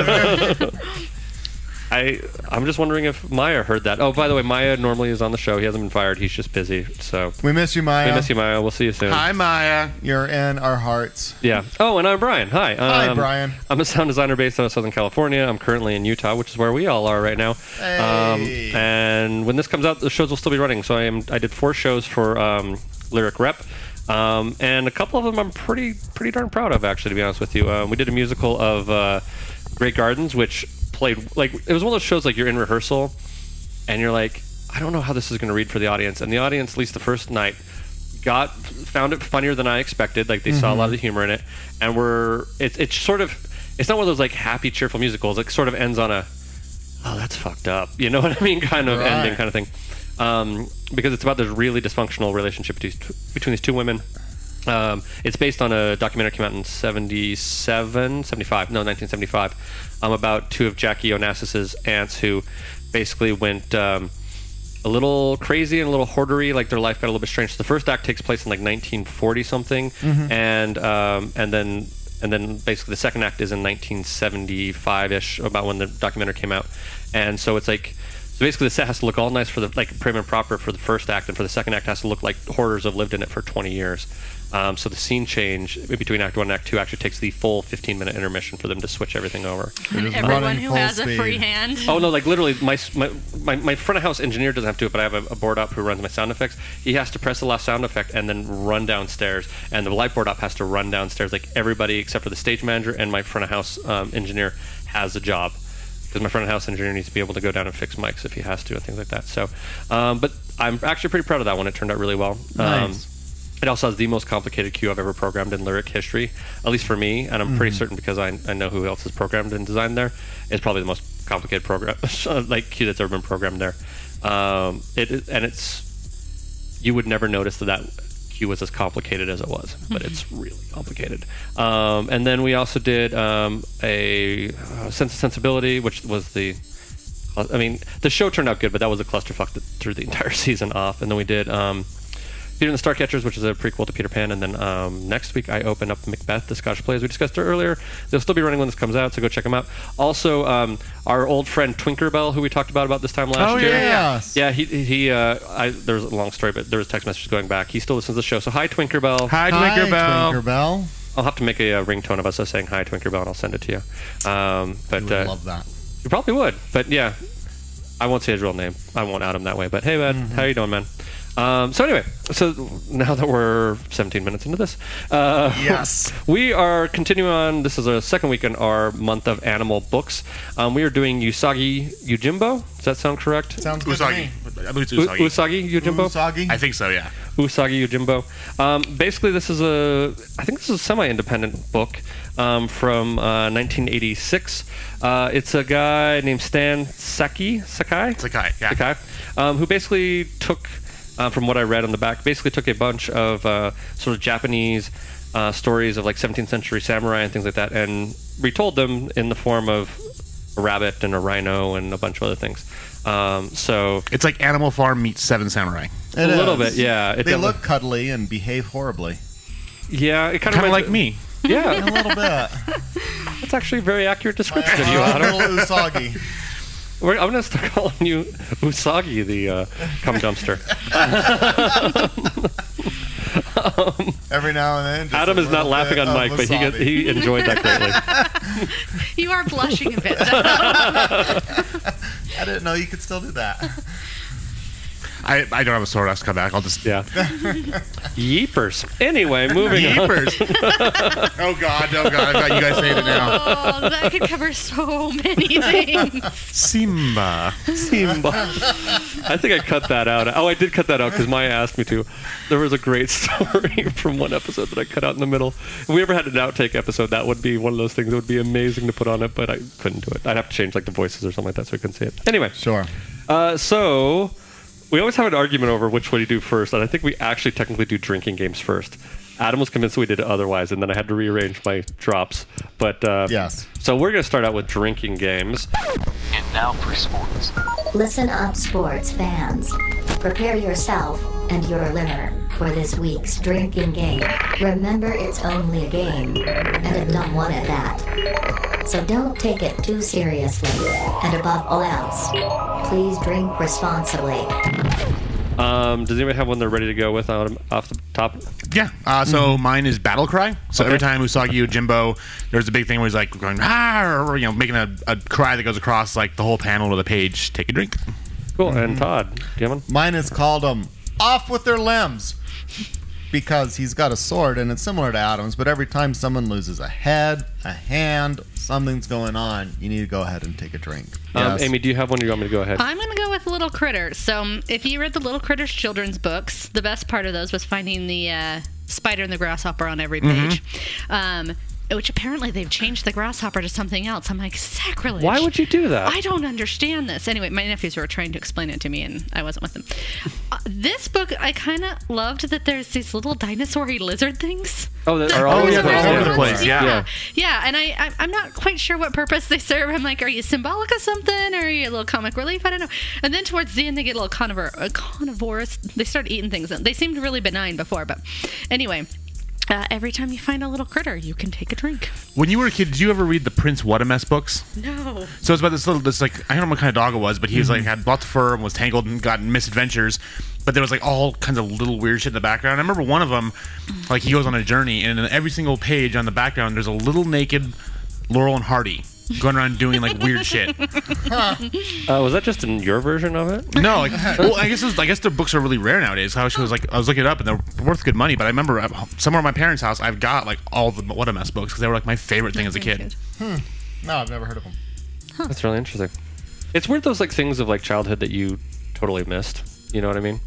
Speaker 11: I I'm just wondering if Maya heard that. Oh, by the way, Maya normally is on the show. He hasn't been fired. He's just busy. So
Speaker 10: We miss you, Maya.
Speaker 11: we miss you, Maya. We'll see you soon.
Speaker 10: Hi, Maya. You're in our hearts.
Speaker 11: Yeah. Oh, and I'm Brian. Hi. um,
Speaker 10: Hi, Brian.
Speaker 11: I'm a sound designer based out of Southern California. I'm currently in Utah, which is where we all are right now. Um, and when this comes out, the shows will still be running. So I am. I did four shows for um, Lyric Rep. Um, and a couple of them I'm pretty pretty darn proud of actually to be honest with you. Um, we did a musical of uh, Great Gardens, which played like it was one of those shows like you're in rehearsal and you're like, I don't know how this is going to read for the audience. And the audience, at least the first night, got found it funnier than I expected. Like they saw a
Speaker 12: Mhm.
Speaker 11: lot of the humor in it, and we're it's it's sort of it's not one of those like happy cheerful musicals. It sort of ends on a oh that's fucked up, you know what I mean? Kind of
Speaker 12: Right.
Speaker 11: ending kind of thing, um, because it's about this really dysfunctional relationship between between these two women. Um, it's based on a documentary that came out in 77, 75, no, 1975, um, about two of Jackie Onassis's aunts who basically went um, a little crazy and a little hoardery. Like their life got a little bit strange. So the first act takes place in like 1940 something,
Speaker 12: Mhm.
Speaker 11: and um, and then and then basically the second act is in 1975 ish, about when the documentary came out. And so it's like so basically the set has to look all nice for the like prim and proper for the first act, and for the second act has to look like hoarders have lived in it for 20 years. Um, so the scene change in between Act One and Act Two actually takes the full 15 minute intermission for them to switch everything over.
Speaker 9: And everyone who has a free hand.
Speaker 11: Oh no! Like literally, my my, my my front of house engineer doesn't have to do it, but I have a, a board up who runs my sound effects. He has to press the last sound effect and then run downstairs, and the light board up has to run downstairs. Like everybody except for the stage manager and my front of house um, engineer has a job because my front of house engineer needs to be able to go down and fix mics if he has to and things like that. So, um, but I'm actually pretty proud of that one. It turned out really well. Um,
Speaker 12: Nice.
Speaker 11: it also has the most complicated cue I've ever programmed in lyric history, at least for me, and I'm pretty
Speaker 12: Mhm.
Speaker 11: certain because I, I know who else is programmed and designed there. It's probably the most complicated program, like cue that's ever been programmed there. Um, it is- and it's you would never notice that that cue was as complicated as it was, but it's really complicated. Um, and then we also did um, a uh, sense of sensibility, which was the I mean, the show turned out good, but that was a clusterfuck that threw the entire season off. And then we did um, Peter and the Starcatchers, which is a prequel to Peter Pan. And then um, next week, I open up Macbeth, the Scottish play, as we discussed earlier. They'll still be running when this comes out, so go check them out. Also, um, our old friend Twinkerbell, who we talked about about this time last
Speaker 10: Oh,
Speaker 11: year.
Speaker 10: yes.
Speaker 11: Yeah, he, he uh, I, there was a long story, but there was text messages going back. He still listens to the show. So hi, Twinkerbell.
Speaker 10: Hi, Hi, Tinkerbell.
Speaker 11: I'll have to make a, uh ringtone of us uh, saying hi, Twinkerbell, and I'll send it to you. Um, but
Speaker 10: You would
Speaker 11: uh,
Speaker 10: love that.
Speaker 11: You probably would, but yeah, I won't say his real name. I won't out him that way. But hey, man,
Speaker 10: Mm-hmm.
Speaker 11: how you doing, man? Um, so anyway, so now that we're 17 minutes into this, uh,
Speaker 10: Yes.
Speaker 11: we are continuing on. This is a second week in our month of animal books. Um, we are doing Usagi Yojimbo. Does that sound correct?
Speaker 10: Sounds Mm-hmm.
Speaker 8: good to Usagi. me. I believe it's
Speaker 11: U-
Speaker 8: Usagi.
Speaker 11: Usagi Yojimbo.
Speaker 10: Usagi.
Speaker 8: I think so. Yeah.
Speaker 11: Usagi Yojimbo. Um, basically, this is a I think this is a semi-independent book um, from uh, 1986. Uh, it's a guy named Stan Saki Sakai Sakai yeah. Sakai, um, who basically took uh, from what I read on the back, basically took a bunch of uh, sort of Japanese uh, stories of like 17th century samurai and things like that, and retold them in the form of a rabbit and a rhino and a bunch of other things. Um, so
Speaker 8: it's like Animal Farm meets Seven Samurai.
Speaker 11: a little bit, yeah. It
Speaker 10: they
Speaker 11: definitely-
Speaker 10: look cuddly and behave horribly.
Speaker 11: Yeah, it kind
Speaker 8: Kinda
Speaker 11: of
Speaker 8: like me.
Speaker 11: Yeah,
Speaker 10: a little bit.
Speaker 11: That's actually a very accurate description of you,
Speaker 10: Uh,
Speaker 11: Otto.
Speaker 10: little Usagi.
Speaker 11: We're, I'm going to start calling you Usagi, the uh, cum dumpster. Um,
Speaker 10: Every now and then. just
Speaker 11: Adam
Speaker 10: a
Speaker 11: is not
Speaker 10: little
Speaker 11: laughing
Speaker 10: bit
Speaker 11: on
Speaker 10: of
Speaker 11: mic, but he
Speaker 10: wasabi.
Speaker 11: get, he enjoyed that greatly.
Speaker 9: You are blushing a bit.
Speaker 10: I didn't know you could still do that.
Speaker 8: I, I don't have a sword. I'll just come back. I'll just
Speaker 11: yeah. Yeepers. Anyway, moving on.
Speaker 8: Yeepers. oh God! Oh God! I thought you guys saying it now.
Speaker 9: Oh, that could cover so many things.
Speaker 8: Simba.
Speaker 11: Simba. I think I cut that out. Oh, I did cut that out because Maya asked me to. There was a great story from one episode that I cut out in the middle. If we ever had an outtake episode, that would be one of those things that would be amazing to put on it, but I couldn't do it. I'd have to change like the voices or something like that so I couldn't see it. Anyway,
Speaker 10: Sure.
Speaker 11: uh, so we always have an argument over which one you do first, and I think we actually technically do drinking games first. Adam was convinced we did it otherwise, and then I had to rearrange my drops. But uh,
Speaker 10: Yes.
Speaker 11: so we're going to start out with drinking games.
Speaker 2: And now for sports.
Speaker 1: Listen up, sports fans. Prepare yourself and your liver for this week's drinking game. Remember, it's only a game, and a dumb one at that. So don't take it too seriously. And above all else, please drink responsibly.
Speaker 11: Um, does anybody have one they're ready to go with on, off the top?
Speaker 8: Yeah. Uh, so mine is Battle Cry. So every
Speaker 11: Okay.
Speaker 8: time Usagi Jimbo, there's a big thing where he's like going, ah, or, you know, making a, a cry that goes across like the whole panel of the page. Take a drink.
Speaker 11: Cool. And Todd, do you have one?
Speaker 10: Mine is called um off with their limbs. Because he's got a sword and it's similar to Adam's, but every time someone loses a head, a hand, something's going on, you need to go ahead and take a drink.
Speaker 11: Um,
Speaker 10: Yes.
Speaker 11: Amy, do you have one? Or you want me to go ahead?
Speaker 9: I'm going to go with Little Critters. So, um, if you read the Little Critters children's books, the best part of those was finding the uh, spider and the grasshopper on every
Speaker 11: Mm-hmm.
Speaker 9: page. Um, which apparently they've changed the grasshopper to something else. I'm like, sacrilege.
Speaker 11: Why would you do that?
Speaker 9: I don't understand this. Anyway, my nephews were trying to explain it to me, and I wasn't with them. Uh, this book, I kind of loved that there's these little dinosaur-y lizard things.
Speaker 11: Oh, that
Speaker 9: The
Speaker 11: are all
Speaker 9: orange
Speaker 11: over the
Speaker 9: ones,
Speaker 11: place,
Speaker 8: all over the place, yeah.
Speaker 9: yeah, yeah. And I, I, I'm not quite sure what purpose they serve. I'm like, are you symbolic of something, or are you a little comic relief? I don't know. And then towards the end, they get a little carnivore, uh, carnivorous. They start eating things. They seemed really benign before, but anyway. Uh, every time you find a little critter, you can take a drink.
Speaker 8: When you were a kid, did you ever read the Prince Whatamess books?
Speaker 9: No.
Speaker 8: So it's about this little, this like I don't know what kind of dog it was, but he was like had lots of fur and was tangled and got in misadventures. But there was like all kinds of little weird shit in the background. I remember one of them, like he goes on a journey, and in every single page on the background, there's a little naked Laurel and Hardy going around doing like weird shit.
Speaker 11: Uh, was that just in your version of it?
Speaker 8: No, like, well, I guess it was, I guess their books are really rare nowadays. How she was like, I was looking it up, and they're worth good money. But I remember uh, somewhere at my parents' house, I've got like all the What a Mess books because they were like my favorite thing as a kid.
Speaker 10: No, I've never heard of them.
Speaker 11: Um, That's really interesting. It's weird those like things of like childhood that you totally missed. You know what I mean?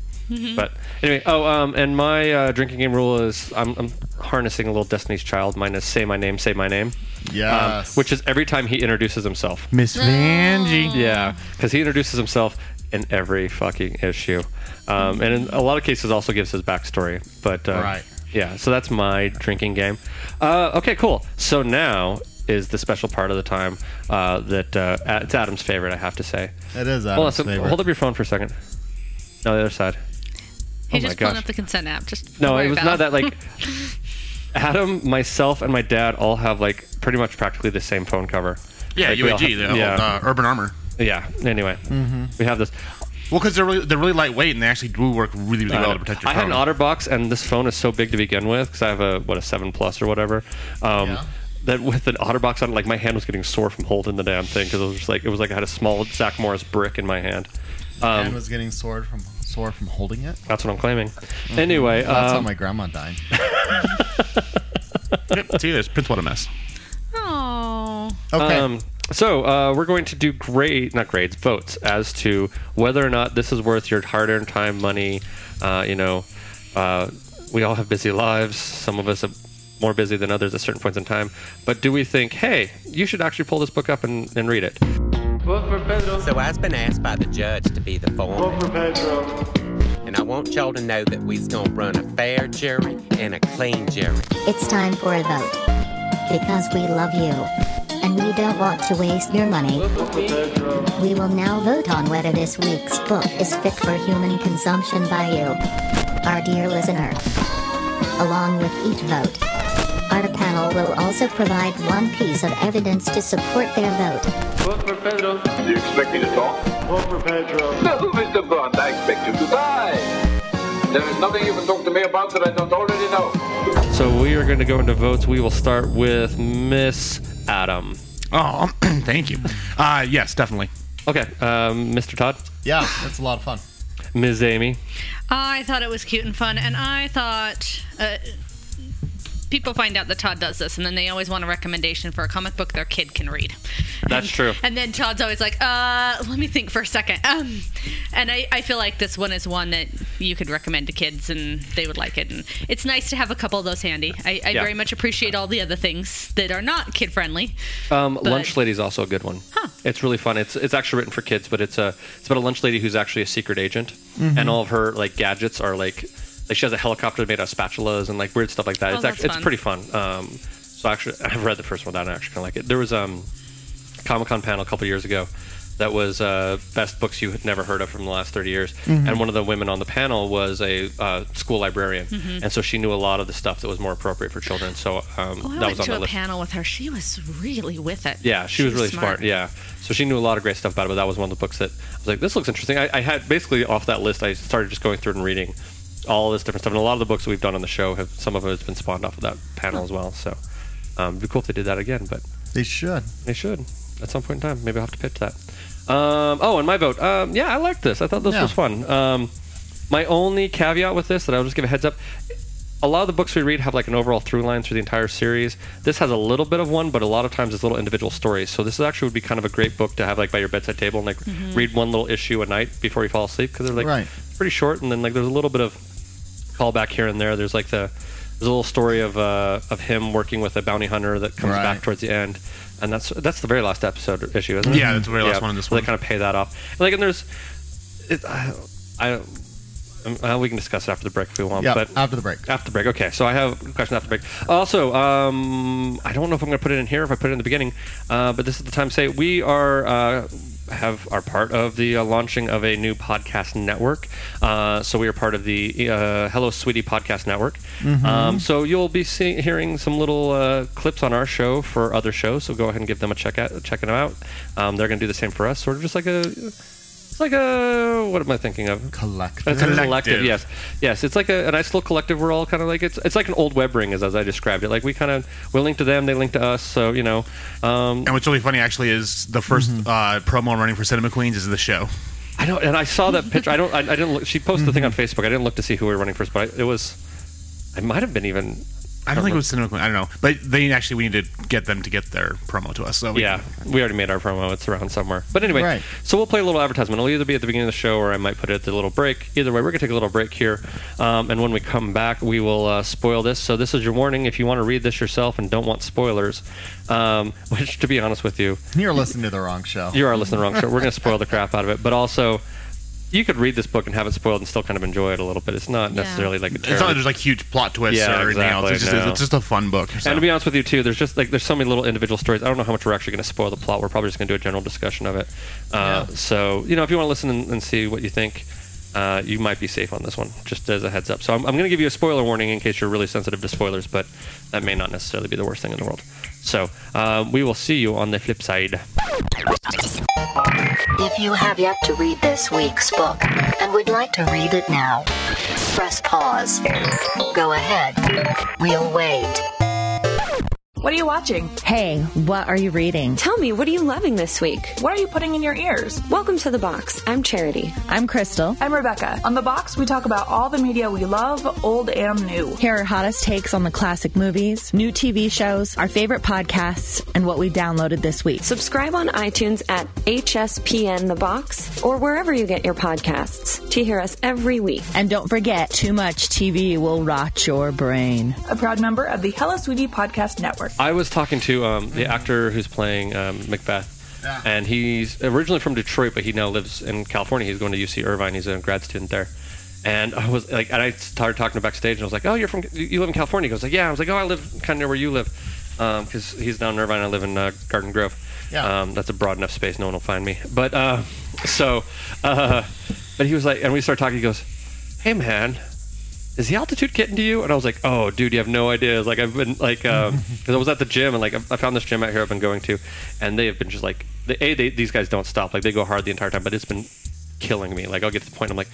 Speaker 11: But anyway, oh, um, and my uh, drinking game rule is I'm, I'm harnessing a little Destiny's Child minus say my name, say my name, um,
Speaker 10: Yes.
Speaker 11: which is every time he introduces himself.
Speaker 8: Miss Vanjie.
Speaker 11: Oh. Yeah, because he introduces himself in every fucking issue, um, and in a lot of cases also gives his backstory. But uh,
Speaker 10: Right.
Speaker 11: yeah, so that's my drinking game. Uh, okay, cool. So now is the special part of the time uh, that uh, A- it's Adam's favorite. I have to say.
Speaker 10: It is
Speaker 11: Hold on,
Speaker 10: Adam's
Speaker 11: so-
Speaker 10: favorite.
Speaker 11: hold up your phone for a second. No, the other side. Oh
Speaker 9: He's
Speaker 11: my
Speaker 9: just pulling
Speaker 11: gosh.
Speaker 9: up the consent app. Just
Speaker 11: No,
Speaker 9: don't worry
Speaker 11: it was
Speaker 9: about
Speaker 11: not that like. Adam, myself, and my dad all have like pretty much practically the same phone cover.
Speaker 8: Yeah,
Speaker 11: Like, we all
Speaker 8: UAG,
Speaker 11: have-
Speaker 8: the Mm-hmm.
Speaker 11: yeah,
Speaker 8: uh, Urban Armor.
Speaker 11: yeah. Anyway, we have this.
Speaker 8: Well, because they're really, they're really lightweight and they actually do work really, really well to protect your
Speaker 11: Uh, I had an
Speaker 8: phone.
Speaker 11: OtterBox, and this phone is so big to begin with because I have a what a seven plus or whatever. Um,
Speaker 10: Yeah.
Speaker 11: That with an OtterBox on, it, like my hand was getting sore from holding the damn thing because it was just like it was like I had a small Zach Morris brick in my hand.
Speaker 10: and
Speaker 11: Um,
Speaker 10: was getting sore from sore from holding it.
Speaker 11: that's what I'm claiming.
Speaker 8: Mm-hmm.
Speaker 11: Anyway,
Speaker 10: That's how
Speaker 11: um,
Speaker 10: my grandma died.
Speaker 8: Yep, see this, Prince What a Mess.
Speaker 9: Oh.
Speaker 10: Okay.
Speaker 11: um, so uh, we're going to do grade, not grades, votes as to whether or not this is worth your hard-earned time, money. Uh, you know, uh, we all have busy lives. Some of us are more busy than others at certain points in time. But do we think, hey, you should actually pull this book up and, and read it?
Speaker 12: So I've been asked by the judge to be the foreman. And I want y'all to know that we's gonna run a fair jury and a clean jury.
Speaker 1: It's time for a vote. Because we love you. And we don't want to waste your money. We will now vote on whether this week's book is fit for human consumption by you, our dear listener. Along with each vote, our panel panel will also provide one piece of evidence to support their vote.
Speaker 2: Vote for Pedro. Do you expect me to talk? Vote for Pedro. No, Mr. Bond, I expect you to die. There is nothing you can talk to me about that I don't already know.
Speaker 11: So we are going to go into votes. We will start with Miss Adam.
Speaker 8: Oh, thank you. Uh, yes, definitely.
Speaker 11: Okay, um, Mr. Todd.
Speaker 10: Yeah, that's a lot of fun.
Speaker 11: Ms. Amy.
Speaker 9: I thought it was cute and fun, and I thought uh, people find out that Todd does this, and then they always want a recommendation for a comic book their kid can read.
Speaker 11: That's true.
Speaker 9: And then Todd's always like, uh, let me think for a second. Um, and I, I feel like this one is one that you could recommend to kids and they would like it. And it's nice to have a couple of those handy. I, I
Speaker 11: Yeah.
Speaker 9: very much appreciate all the other things that are not kid friendly.
Speaker 11: Um,
Speaker 9: But-
Speaker 11: lunch Lady is also a good one. It's really fun. It's it's actually written for kids, but it's a it's about a lunch lady who's actually a secret agent,
Speaker 13: Mhm.
Speaker 11: and all of her like gadgets are like like she has a helicopter made out of spatulas and like weird stuff like that.
Speaker 13: Oh,
Speaker 11: it's
Speaker 13: that's
Speaker 11: actually it's
Speaker 13: fun.
Speaker 11: pretty fun. Um, so actually, I've read the first one down. I actually kind of like it. There was um Comic Con panel a couple years ago that was uh, best books you had never heard of from the last 30 years.
Speaker 13: Mhm.
Speaker 11: And one of the women on the panel was a uh, school librarian.
Speaker 9: Mhm.
Speaker 11: And so she knew a lot of the stuff that was more appropriate for children. So um,
Speaker 9: Oh, I
Speaker 11: that
Speaker 9: went
Speaker 11: was on
Speaker 9: to
Speaker 11: my
Speaker 9: a
Speaker 11: list.
Speaker 9: panel with her. She was really with it.
Speaker 11: Yeah, she, was really smart. Yeah, so she knew a lot of great stuff about it. But that was one of the books that I was like, "This looks interesting." I, I had basically off that list, I started just going through and reading all this different stuff. And a lot of the books that we've done on the show have some of it has been spawned off of that panel as well. So um, it'd be cool if they did that again, but
Speaker 10: They should.
Speaker 11: they should at some point in time. Maybe I'll have to pitch that. Um, oh, and my vote. Um, yeah, I liked this. I thought this
Speaker 13: Yeah.
Speaker 11: was fun. Um, my only caveat with this that I'll just give a heads up. A lot of the books we read have like an overall through line through the entire series. This has a little bit of one, but a lot of times it's little individual stories. So this actually would be kind of a great book to have like by your bedside table and like
Speaker 13: Mhm.
Speaker 11: read one little issue a night before you fall asleep because they're like
Speaker 13: Right.
Speaker 11: pretty short and then like there's a little bit of callback here and there. There's like the there's a little story of uh, of him working with a bounty hunter that comes back towards the end, and that's that's the very last episode or issue, isn't it?
Speaker 8: Yeah, that's the very last one in this
Speaker 11: so
Speaker 8: one.
Speaker 11: They kind of pay that off. And, like, and there's, it, I, I, I, we can discuss it after the break if we want.
Speaker 10: Yeah,
Speaker 11: Oh, but
Speaker 10: after the break.
Speaker 11: After the break. Okay, so I have a question after the break. Also, um, I don't know if I'm going to put it in here if I put it in the beginning, uh, but this is the time to say we are. Uh, have are part of the uh, launching of a new podcast network. Uh, so we are part of the uh, Hello Sweetie podcast network.
Speaker 13: Mhm.
Speaker 11: Um, so you'll be seeing, hearing some little uh, clips on our show for other shows. So go ahead and give them a check out, check them out. Um, they're going to do the same for us. Sort of just like a, it's like a what am I thinking of?
Speaker 10: Collective.
Speaker 11: It's a collective.
Speaker 10: Collective.
Speaker 11: Yes, yes. It's like a, a nice little collective. We're all kind of like it's it's like an old web ring, as, as I described it. Like we kind of we link to them, they link to us. So you know. Um,
Speaker 8: and what's really funny actually is the 1st uh, promo I'm running for Cinema Queens is the show.
Speaker 11: I know, and I saw that picture. I don't. I, I didn't. Look, she posted the thing on Facebook. I didn't look to see who we were running first, but I, it was. I might have been even.
Speaker 8: I don't think it was Cinema Queen. I don't know, but they actually we need to get them to get their promo to us. So we
Speaker 11: yeah, we already made our promo. It's around somewhere. But anyway,
Speaker 8: Right.
Speaker 11: so we'll play a little advertisement. It'll either be at the beginning of the show or I might put it at the little break. Either way, we're going to take a little break here. Um, and when we come back, we will uh, spoil this. So this is your warning if you want to read this yourself and don't want spoilers, um, which, to be honest with you,
Speaker 10: You're listening to the wrong show.
Speaker 11: you are listening to the wrong show. We're going to spoil the crap out of it. But also, you could read this book and have it spoiled and still kind of enjoy it a little bit. It's not necessarily like a
Speaker 8: it's not like there's like huge plot twists
Speaker 11: Yeah,
Speaker 8: or anything else.
Speaker 11: exactly,
Speaker 8: It's just,
Speaker 11: no.
Speaker 8: it's just a fun book. so.
Speaker 11: And to be honest with you too, there's just like there's so many little individual stories. I don't know how much we're actually going to spoil the plot. We're probably just going to do a general discussion of it. Uh, So you know, if you want to listen and, and see what you think, uh, you might be safe on this one. Just as a heads up. So I'm, I'm going to give you a spoiler warning in case you're really sensitive to spoilers, but that may not necessarily be the worst thing in the world. So uh, we will see you on the flip side.
Speaker 1: If you have yet to read this week's book and would like to read it now, press pause. Go ahead. We'll wait.
Speaker 14: What are you watching? Hey, what are you reading? Tell me, what are you loving this week? What are you putting in your ears? Welcome to The Box. I'm Charity. I'm Crystal. I'm Rebecca. On The Box, we talk about all the media we love, old and new.
Speaker 15: Here are hottest takes on the classic movies, new TV shows, our favorite podcasts, and what we downloaded this week.
Speaker 14: Subscribe on iTunes at HSPN The Box or wherever you get your podcasts to hear us every week.
Speaker 15: And don't forget, too much TV will rot your brain.
Speaker 14: A proud member of the Hello Sweetie Podcast Network.
Speaker 11: I was talking to um, the actor who's playing um, Macbeth, and he's originally from Detroit, but he now lives in California. He's going to UC Irvine. He's a grad student there. And I was like, and I started talking to him backstage, and I was like, "Oh, you're from, you live in California?" He goes like, "Yeah." I was like, "Oh, I live kind of near where you live," because he's down in Irvine. I live in uh, Garden Grove.
Speaker 13: Yeah.
Speaker 11: Um, that's a broad enough space; no one will find me. But uh, so, uh, but he was like, and we started talking. He goes, "Hey, man, is the altitude getting to you? And I was like, oh, dude, you have no idea. It's like I've been like, because I was at the gym and like I I found this gym out here I've been going to, and they have been just like, they, a they, these guys don't stop. Like they go hard the entire time, but it's been killing me. Like I'll get to the point I'm like.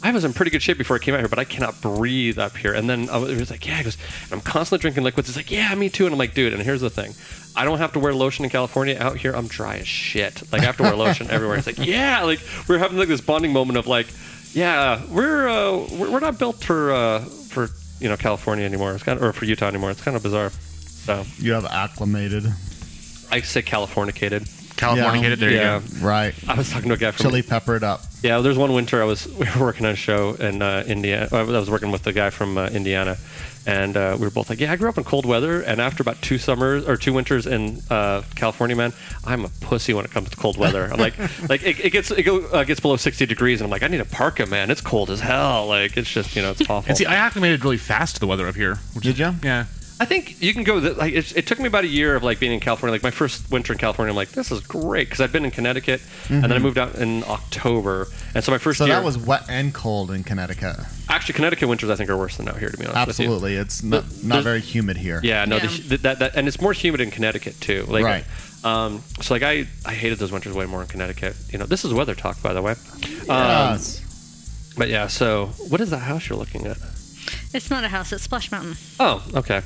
Speaker 11: I was in pretty good shape before I came out here, but I cannot breathe up here. And then I was, it was like, yeah, he goes, and I'm constantly drinking liquids. It's like, yeah, me too. And I'm like, dude, and here's the thing. I don't have to wear lotion in California. Out here, I'm dry as shit. Like, I have to wear lotion everywhere. It's like, yeah, like, we we're having like this bonding moment of like, yeah, we're, uh, we're, we're not built for, uh, for, you know, California anymore. It's kind of, or for Utah anymore. It's kind of bizarre. So
Speaker 10: You have acclimated.
Speaker 11: I say Californicated.
Speaker 10: Californicated, there you
Speaker 11: Yeah.
Speaker 10: go. Right.
Speaker 11: I was talking to a guy from
Speaker 10: Chili peppered up.
Speaker 11: yeah, there's one winter I was we were working on a show in uh, Indiana. I was working with a guy from uh, Indiana, and uh, we were both like, "Yeah, I grew up in cold weather, and after about two summers or two winters in uh, California, man, I'm a pussy when it comes to cold weather. I'm like, like it, it gets it go, uh, gets below 60 degrees, and I'm like, I need a parka, man. It's cold as hell. Like it's just you know it's awful.
Speaker 8: And see, I acclimated really fast to the weather up here. Did
Speaker 10: you?
Speaker 8: Yeah.
Speaker 11: I think you can go. With it. Like it, it took me about a year of like being in California. Like my first winter in California, I'm like, this is great because I've been in Connecticut, and then I
Speaker 10: Mhm.
Speaker 11: moved out in October, and Mm-hmm. so my first
Speaker 10: so
Speaker 11: year
Speaker 10: that was wet and cold in Connecticut.
Speaker 11: Actually, Connecticut winters I think are worse than out here. To be honest, With
Speaker 10: Absolutely. It's not, not
Speaker 11: there's-
Speaker 10: very humid here.
Speaker 11: you. Yeah, no, The, that, that and it's more humid in Connecticut too. Like,
Speaker 10: Right.
Speaker 11: Um, so like I, I hated those winters way more in Connecticut. You know, this is weather talk by the way. Um,
Speaker 10: Yes.
Speaker 11: but yeah, so what is that house you're looking at?
Speaker 9: It's not a house. It's Splash Mountain.
Speaker 11: Oh, okay.